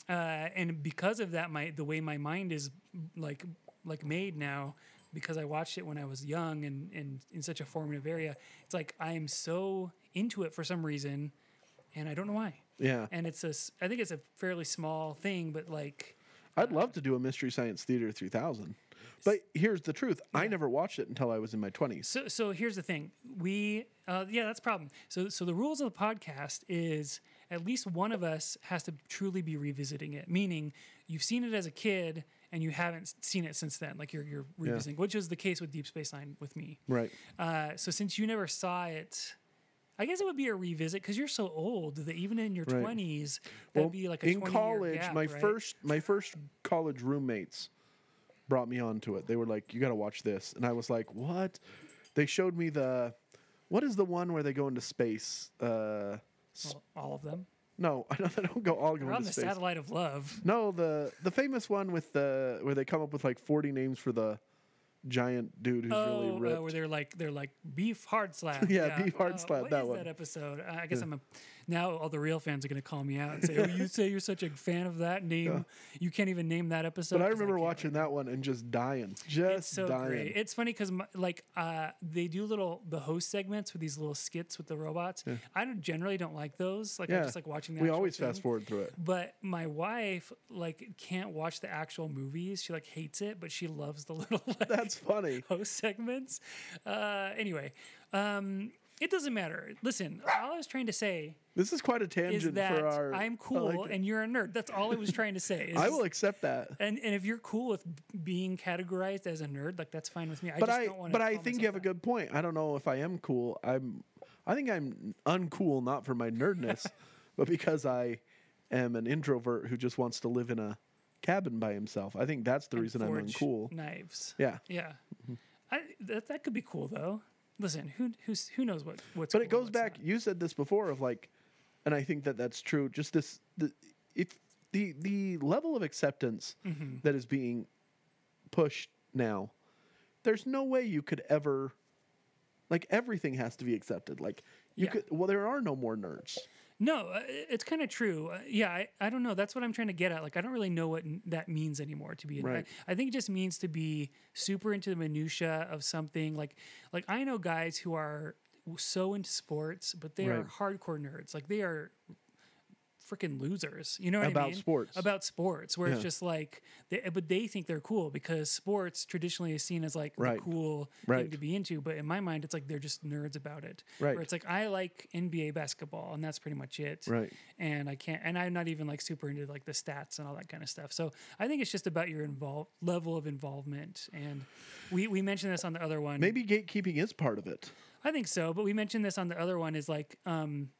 Uh, and because of that, my the way my mind is like like made now, because I watched it when I was young and and in such a formative area, it's like I am so into it for some reason, and I don't know why.
yeah.
And it's a s- I think it's a fairly small thing, but like
I'd love to do a Mystery Science Theater 3000. But here's the truth. I never watched it until I was in my 20s.
So, so here's the thing. We, uh, yeah, that's a problem. So, so the rules of the podcast is at least one of us has to truly be revisiting it. Meaning, you've seen it as a kid and you haven't s- seen it since then. Like you're you're revisiting, which was the case with Deep Space Nine with me.
Right.
Uh, so since you never saw it. I guess it would be a revisit because you're so old that even in your
Right.
twenties, that'd be like a
in
20 year
college,
gap,
my
right?
first my first college roommates brought me onto it. They were like, "You got to watch this," and I was like, "What?" They showed me the what is the one where they go into space? Uh,
Well, all of them.
no, I don't. They don't go all go
We're on
into
the
space.
satellite of love.
No, the the famous one with the where they come up with like forty names for the giant dude who's really
Oh,
ripped.
uh, where they're like they're like beef hard slap. Uh,
Yeah, beef hard slap,
What
that
is
one.
that episode? Uh, I I guess I'm a, now all the real fans are going to call me out and say, "Oh, you say you're such a fan of that name? You can't even name that episode."
but I
'cause
remember
can't
watching that one and just dying, just
it's so
dying.
great. It's funny because like uh, they do little the host segments with these little skits with the robots. I don't, generally don't like those. Like I just like watching. The
We
actual
always
thing.
fast forward through it.
But my wife like can't watch the actual movies. She like hates it, but she loves the little. Like,
That's funny.
post segments. Uh, anyway, um, it doesn't matter. Listen, all I was trying to say
This is quite a
is
tangent
that
for our.
I'm
I, like
cool
it.
and you're a nerd. That's all I was trying to say. It's
I
just-
will accept that.
And, and if you're cool with being categorized as a nerd, like that's fine with me. I
But
just
I,
don't want to.
but I think you have a good point. I don't know if I am cool. I'm, I think I'm uncool not for my nerdness, but because I am an introvert who just wants to live in a cabin by himself. I think that's the reason I'm uncool.
Knives.
Yeah,
Yeah. I, that, that could be cool though. Listen, who who's, who knows what what's.
but it
cool
goes
and what's
back. You said this before of like, and I think that that's true. Just this, the, if the the level of acceptance
Mm-hmm.
that is being pushed now, there's no way you could ever, like everything has to be accepted. Like you
Yeah.
could, well, there are no more nerds.
No, uh, it's kind of true. Uh, yeah, I, I don't know. That's what I'm trying to get at. Like, I don't really know what n- that means anymore. To be,
Right.
I, I think it just means to be super into the minutia of something. Like, like I know guys who are w- so into sports, but they are
Right.
hardcore nerds. Like, they are freaking losers. You know what
About
I mean?
sports.
About sports, where
Yeah.
it's just like, they, but they think they're cool because sports traditionally is seen as like
Right.
the cool
Right.
thing to be into. But in my mind, it's like they're just nerds about it.
Right.
Where it's like I like NBA basketball, and that's pretty much it.
Right.
And I can't, and I'm not even like super into like the stats and all that kind of stuff. So I think it's just about your involve level of involvement. And we we mentioned this on the other one.
Maybe gatekeeping is part of it.
I think so, but we mentioned this on the other one is like um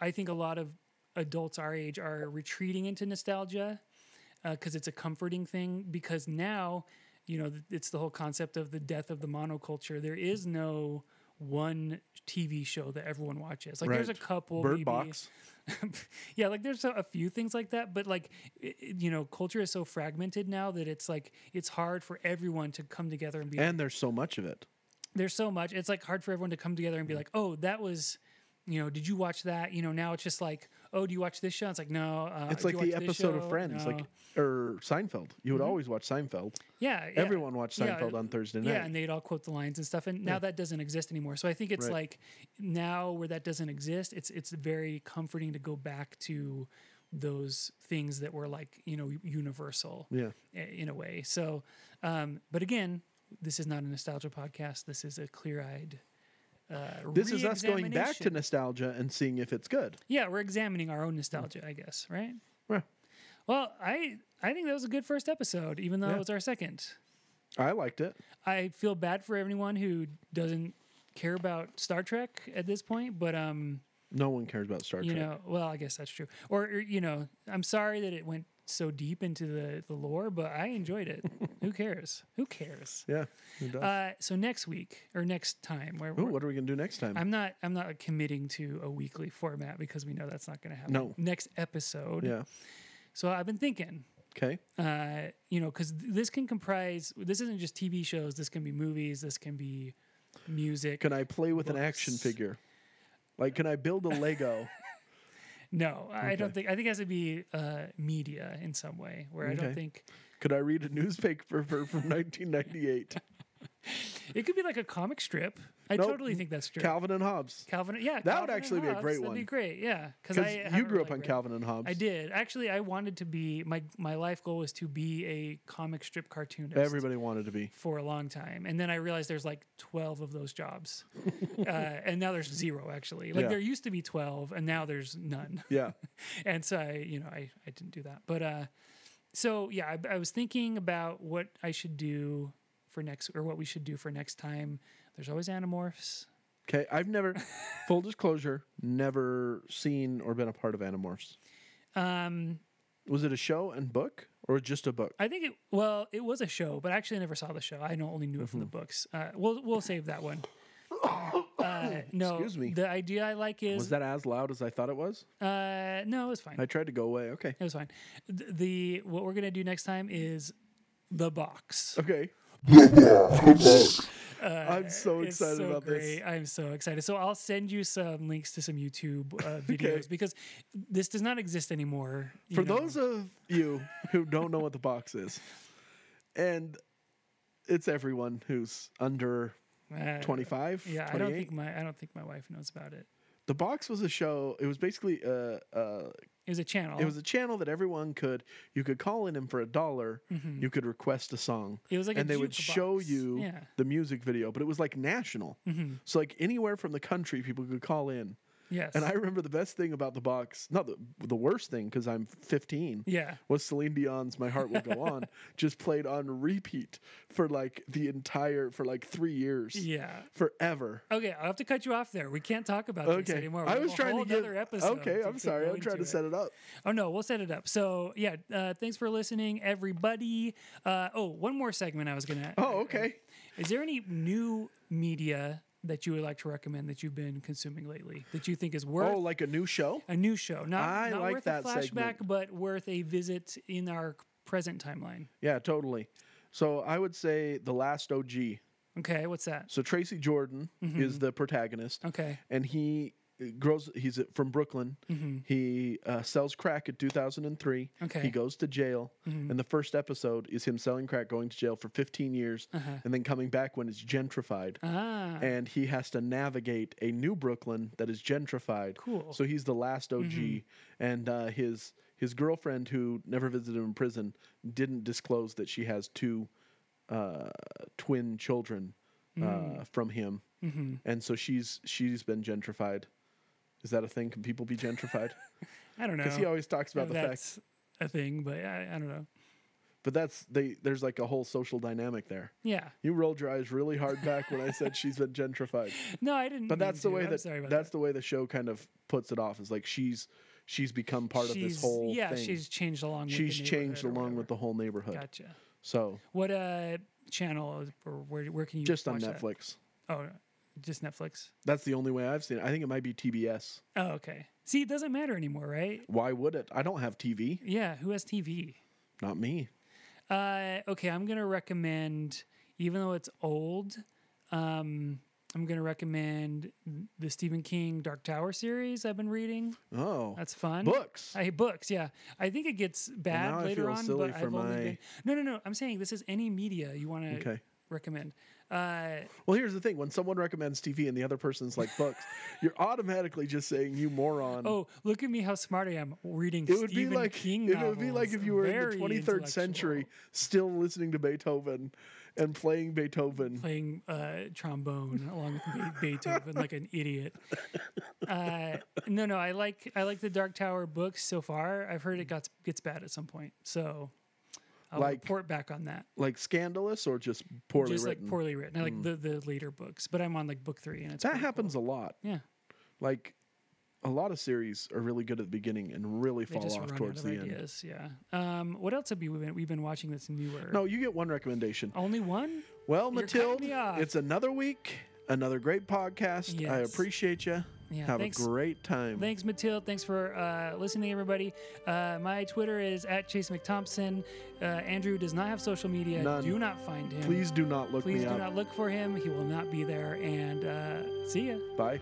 I think a lot of adults our age are retreating into nostalgia because it's a comforting thing because now you know th- it's the whole concept of the death of the monoculture there is no one TV show that everyone watches like there's a
Right.
couple
Bird
maybe-
Box.
yeah, like there's a, a few things like that, but like i- i- you know, culture is so fragmented now that it's like it's hard for everyone to come together and be
And there's so much of it.
there's so much. It's like hard for everyone to come together
Mm.
and be like, oh, that was, you know, did you watch that? You know, now it's just like, oh, do you watch this show? It's like, no. Uh,
It's
do
like
you
the
watch this
episode
show?
of Friends,
No." Mm-hmm.
like or Seinfeld. You would always watch Seinfeld.
yeah, yeah.
Everyone watched
Yeah,
Seinfeld on Thursday night.
Yeah, and they'd all quote the lines and stuff. And now that doesn't exist anymore. So I think it's
Right.
like now where that doesn't exist, it's it's very comforting to go back to those things that were like you know universal
Yeah.
i- in a way. So, um, but again, this is not a nostalgia podcast. This is a clear-eyed. Uh,
This is us going back to
re-examination.
nostalgia and seeing if it's good.
yeah, we're examining our own nostalgia, I guess, right?
Well,
Well, I I think that was a good first episode, even though
Yeah.
it was our second.
I liked it.
I feel bad for anyone who doesn't care about Star Trek at this point, but um,
No one cares about Star
you
Trek.
know, well, I guess that's true. Or, or, you know, I'm sorry that it went so deep into the the lore, but I enjoyed it. who cares? Who cares?
yeah. Who does?
Uh, so next week or next time, where
Ooh, what are we gonna do next time?
I'm not I'm not committing to a weekly format because we know that's not going to happen.
No.
Next episode.
yeah.
So I've been thinking
Okay.
uh, you know, because this can comprise. This isn't just TV shows. This can be movies. This can be music.
Can I play with an action
Books.
figure? Like, can I build a Lego?
no, I I don't
Okay.
think. I think it has to be uh, media in some way. Where I don't
Okay.
think
Could I read a newspaper for- from 1998?
it could be like a comic strip. I
Nope.
totally think that's true.
Calvin and Hobbes.
Calvin, yeah,
would
Calvin and
actually be a
Hobbes,
great
That'd be
one.
great, yeah. Because
Because you grew up on Calvin and Hobbes.
I did actually. I wanted to be my my life goal was to be a comic strip cartoonist.
Everybody wanted to be.
for a long time and then i realized there's like 12 of those jobs uh, and now there's zero actually like
Yeah.
there used to be 12 and now there's none
Yeah.
and so i you know i, I didn't do that but uh so yeah I, I was thinking about what i should do for next or what we should do for next time there's always animorphs
Okay. I've never, full disclosure, never seen or been a part of Animorphs.
um
Was it a show and book or just a book?
i think it well it was a show but i actually never saw the show i know- only knew it from
Mm-hmm.
the books uh we'll we'll save that one uh, no
Excuse me.
the idea i like is
Was that as loud as I thought it was?
uh no it was fine
I tried to go away. Okay.
It was fine. Th- The what we're gonna do next time is the box.
Okay. I'm so
It's
excited
so
about
great.
this.
I'm so excited. So I'll send you some links to some YouTube uh, videos
Okay.
because this does not exist anymore. you
For
know.
those of you who don't know what the box is, and it's everyone who's under
Uh,
25,
Yeah,
28.
I don't think my I don't think my wife knows about it.
the box was a show. It was basically a, a
It was a channel.
it was a channel that everyone could you could call in and for a dollar you could request a song.
Mm-hmm. It was like a
and they would show
jukebox.
you
Yeah. Mm-hmm.
the music video, but it was like national. So like anywhere from the country, people could call in.
yes.
And I remember the best thing about the box, not the, the worst thing because I'm 15.
yeah.
was Celine Dion's "My Heart Will Go On" just played on repeat for like the entire for like three years,
Yeah.
forever.
Okay, I'll have to cut you off there. We can't talk about this
Okay,
anymore.
I
We have
was
a
trying
whole
to get
nother episode
okay.
to-
I'm
to
sorry,
go
I'm trying
into
to set it up.
Oh no, we'll set it up. So yeah, uh, thanks for listening, everybody. Uh, oh, one more segment I was gonna.
Oh, okay.
Is there any new media that you would like to recommend that you've been consuming lately that you think is worth
Oh, like a new show.
a new show? Not,
I
not
like
worth
that
a flashback,
segment.
but worth a visit in our present timeline.
Yeah, totally. So I would say the last OG.
Okay, what's that?
So Tracy Jordan
Mm-hmm.
is the protagonist,
Okay,
and he uh, grows. He's from Brooklyn. He uh, sells crack in 2003.
Okay.
He goes to jail, and the first episode is him selling crack, going to jail for 15 years, and then coming back when it's gentrified.
ah,
And he has to navigate a new Brooklyn that is gentrified.
Cool. Mm-hmm.
So he's the last OG, and uh, his his girlfriend, who never visited him in prison, didn't disclose that she has two uh, twin children
Mm.
uh, from him,
Mm-hmm.
and so she's she's been gentrified. Is that a thing? Can people be gentrified?
I don't know.
Because he always talks about
if
the fact,
that's a thing, but I, I don't know.
but that's they. There's like a whole social dynamic there.
Yeah,
You rolled your eyes really hard back when I said she's been gentrified.
no, I didn't.
But
mean
that's the
to.
way
I'm
that
sorry about
that's
that.
the way the show kind of puts it off. Is like she's she's become part of this
She's-
whole
yeah,
thing.
she's changed along. with the
she's
neighborhood
changed
or
along with the
whatever.
whole neighborhood.
Gotcha.
So
What uh channel is- or where where can you
just on
watch that?
Netflix.
Oh, just Netflix.
That's the only way I've seen it. I think it might be TBS.
Oh, okay. See, it doesn't matter anymore, right?
Why would it? I don't have TV.
Yeah, who has TV?
Not me.
Uh, okay, I'm gonna recommend, even though it's old, um, I'm gonna recommend the Stephen King Dark Tower series I've been reading.
Oh,
That's fun.
books.
I hate books. Yeah, I think it gets bad
now I
later
feel
on.
silly
but
for
I've only
my-
been... no, no, no. I'm saying this is any media you want to
Okay.
recommend. Uh,
Well, here's the thing: when someone recommends TV and the other person's like books, you're automatically just saying you moron.
oh, look at me, how smart I am! Reading
it would
Stephen
be like
King
it would be like
novels.
if you were in
Very
the 23rd century
intellectual.
still listening to Beethoven and playing Beethoven.
playing uh, trombone along with Be- Beethoven like an idiot. Uh, no, no, I like I like the Dark Tower books so far. I've heard it got gets bad at some point, so I'll
Like-
report back on that.
like scandalous or just poorly
Just
written. Mm.
like poorly written. I like the the later books, but I'm on like book three, and it's
that
pretty
happens a lot.
cool. Yeah,
Like a lot of series are really good at the beginning and really
they
fall
just
off
run
towards
out
the
of
end.
ideas. Yeah. Um, what else have we been we've been watching that's newer?
No, you get one recommendation.
only one.
Well,
Oh, You're cutting
Matilde,
me off.
it's another week, another great podcast. I
Yes.
appreciate you.
Yeah,
Have
thanks.
a great time.
Thanks, Matilde. Thanks for uh, listening, everybody. Uh, my Twitter is at Chase McThompson. Uh, Andrew does not have social media.
None.
Do not find him.
Please do not look
Please
me
do
up.
not look for him. He will not be there. And uh, see ya.
Bye.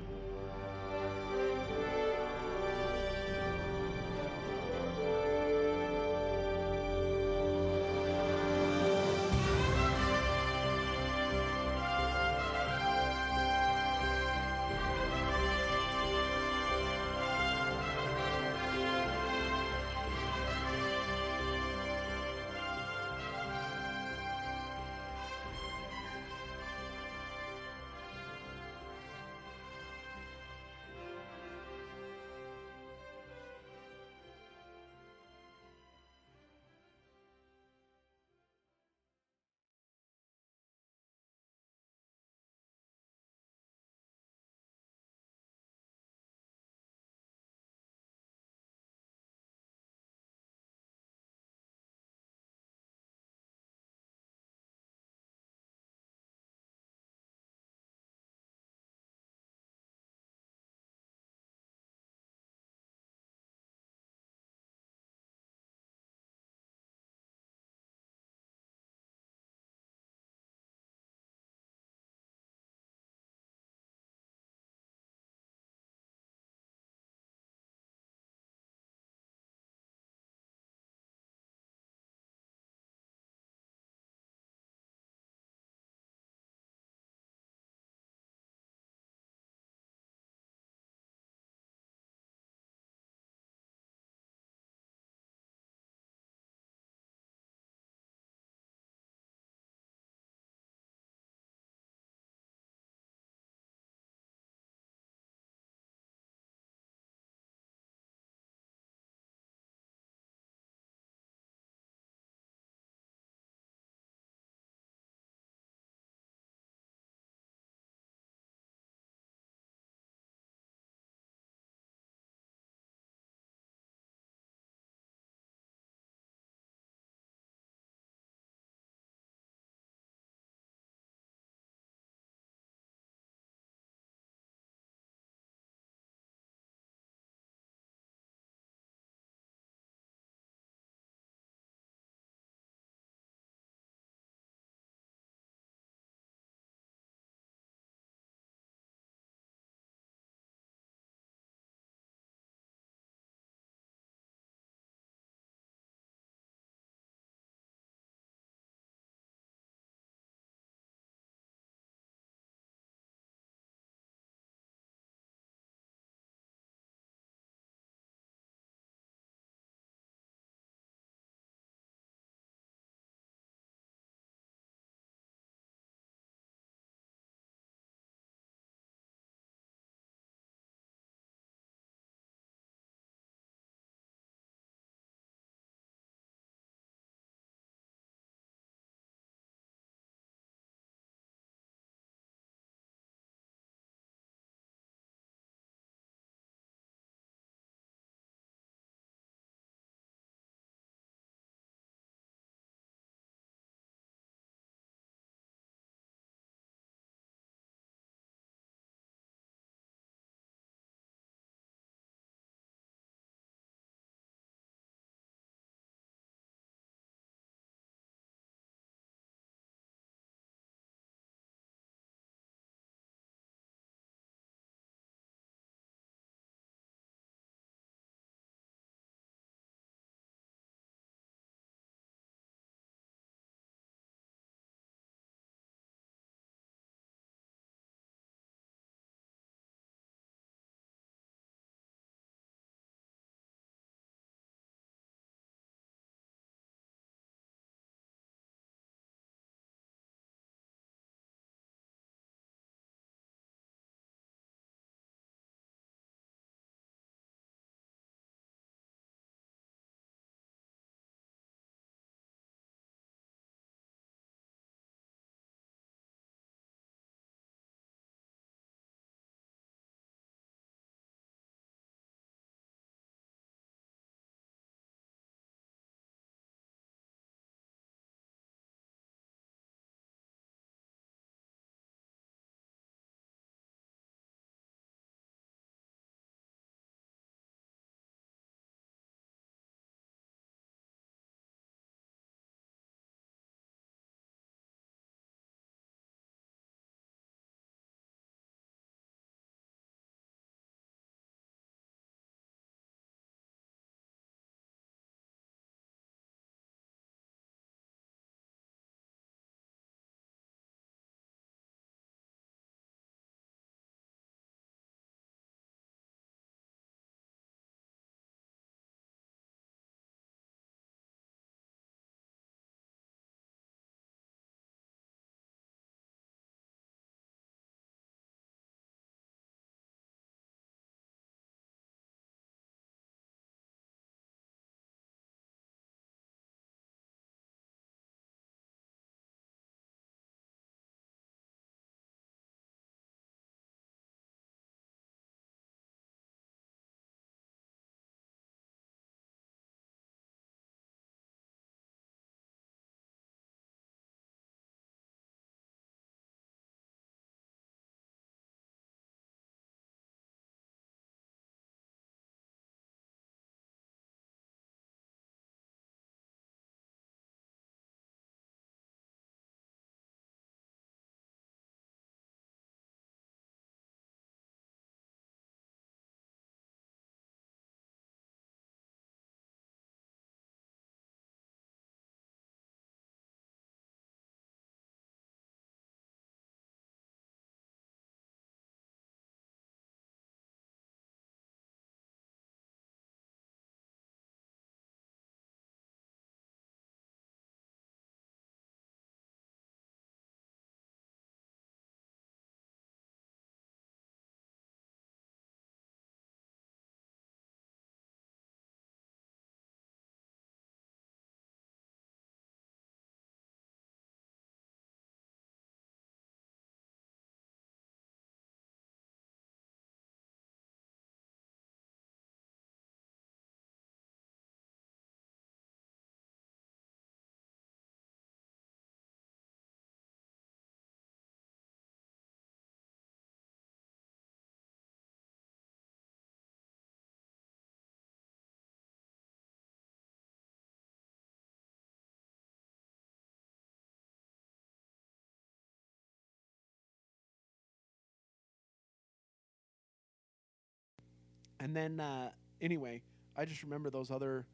And then uh, anyway, I just remember those other.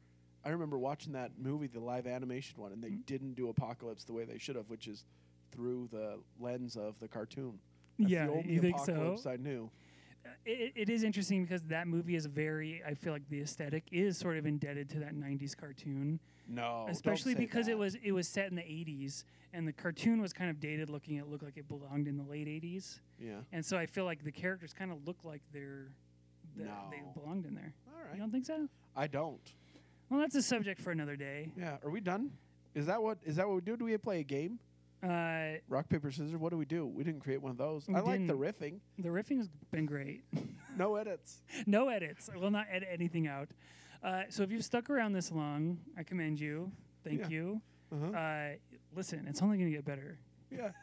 I remember watching that movie, the live animation one, and
Mm-hmm.
they didn't do Apocalypse the way they should have, which is through the lens of the cartoon. That's
Yeah,
the only
you think so?
apocalypse I knew.
It, it is interesting because that movie is very. I feel like the aesthetic is sort of indebted to that '90s cartoon,
No, Oh, don't
especially
say
because
that.
it was it was set in the '80s and the cartoon was kind of dated looking. It looked like it belonged in the late '80s,
Yeah.
and so I feel like the characters kind of look like they're that they
No.
belonged in there.
All
You
right.
don't think so?
I don't.
Well, that's a subject for another day.
Yeah. Are we done? Is that what? Is that what we do? Do we play a game?
Uh,
Rock paper scissors. What do we do? We didn't create one of those. I like the riffing.
the riffing has been great.
No edits.
no edits. I will not edit anything out. Uh, so if you've stuck around this long, I commend you. Thank
Yeah.
you.
Uh-huh.
Uh, listen, it's only going to get better.
Yeah.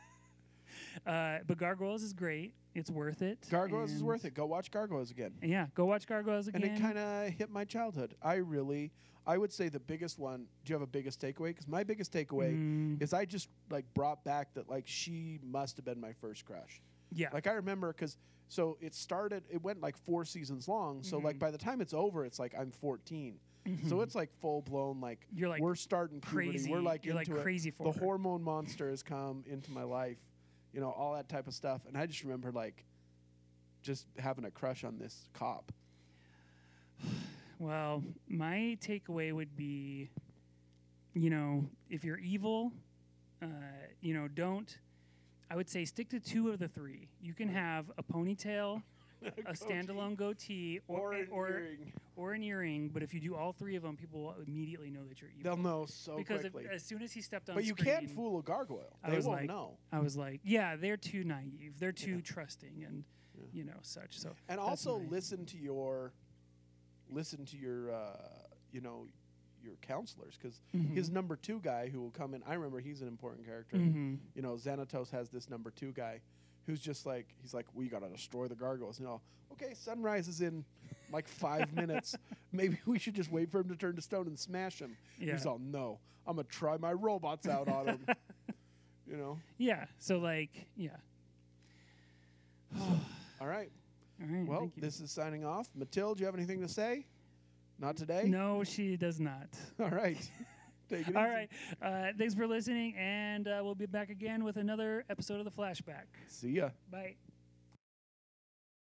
Uh, but Gargoyles is great. It's worth it.
Gargoyles is
And-
worth it. Go watch Gargoyles again.
and Yeah, go watch Gargoyles again.
and it kind of hit my childhood. I really, I would say the biggest one. Do you have a biggest takeaway? Because my biggest takeaway
Mm.
is I just like brought back that like she must have been my first crush.
yeah.
Like I remember because so it started. It went like four seasons long. So
Mm-hmm.
like by the time it's over, it's like I'm 14. So it's like full blown. Like
You're, like,
we're starting puberty.
crazy-
We're like
you're, like,
into it.
crazy for
the
her.
hormone monster has come into my life. You know all that type of stuff. And I just remember like just having a crush on this cop.
well, my takeaway would be, you know, if you're evil, uh, you know, don't. I would say stick to two of the three. You can have a ponytail, a standalone goatee, or
or an
or,
earring.
or an earring. But if you do all three of them, people will immediately know that you're evil.
They'll know so
because if-
quickly.
as soon as he stepped on
but you
screen,
can't fool a gargoyle.
I
They won't
was like-
know.
I was like, yeah, they're too naive. They're too trusting and you know such. So
And
that's
also
my-
listen to your, listen to your, uh, you know, your counselors because
Mm-hmm.
his number two guy who will come in. I remember he's an important character.
Mhm.
You know, Xanatos has this number two guy who's just like he's like we gotta destroy the gargoyles. You know, okay, sunrise is in like five minutes. Maybe we should just wait for him to turn to stone and smash him. He's
Yeah.
all no. I'm gonna try my robots out on him. you know.
Yeah. So like yeah.
All right.
All right.
Well,
thank you.
this is signing off. Matilde, do you have anything to say? Not today?
no, she does not.
All right. Take it
All
easy.
right. Uh, thanks for listening, and uh, we'll be back again with another episode of the Flashback.
See ya.
Bye.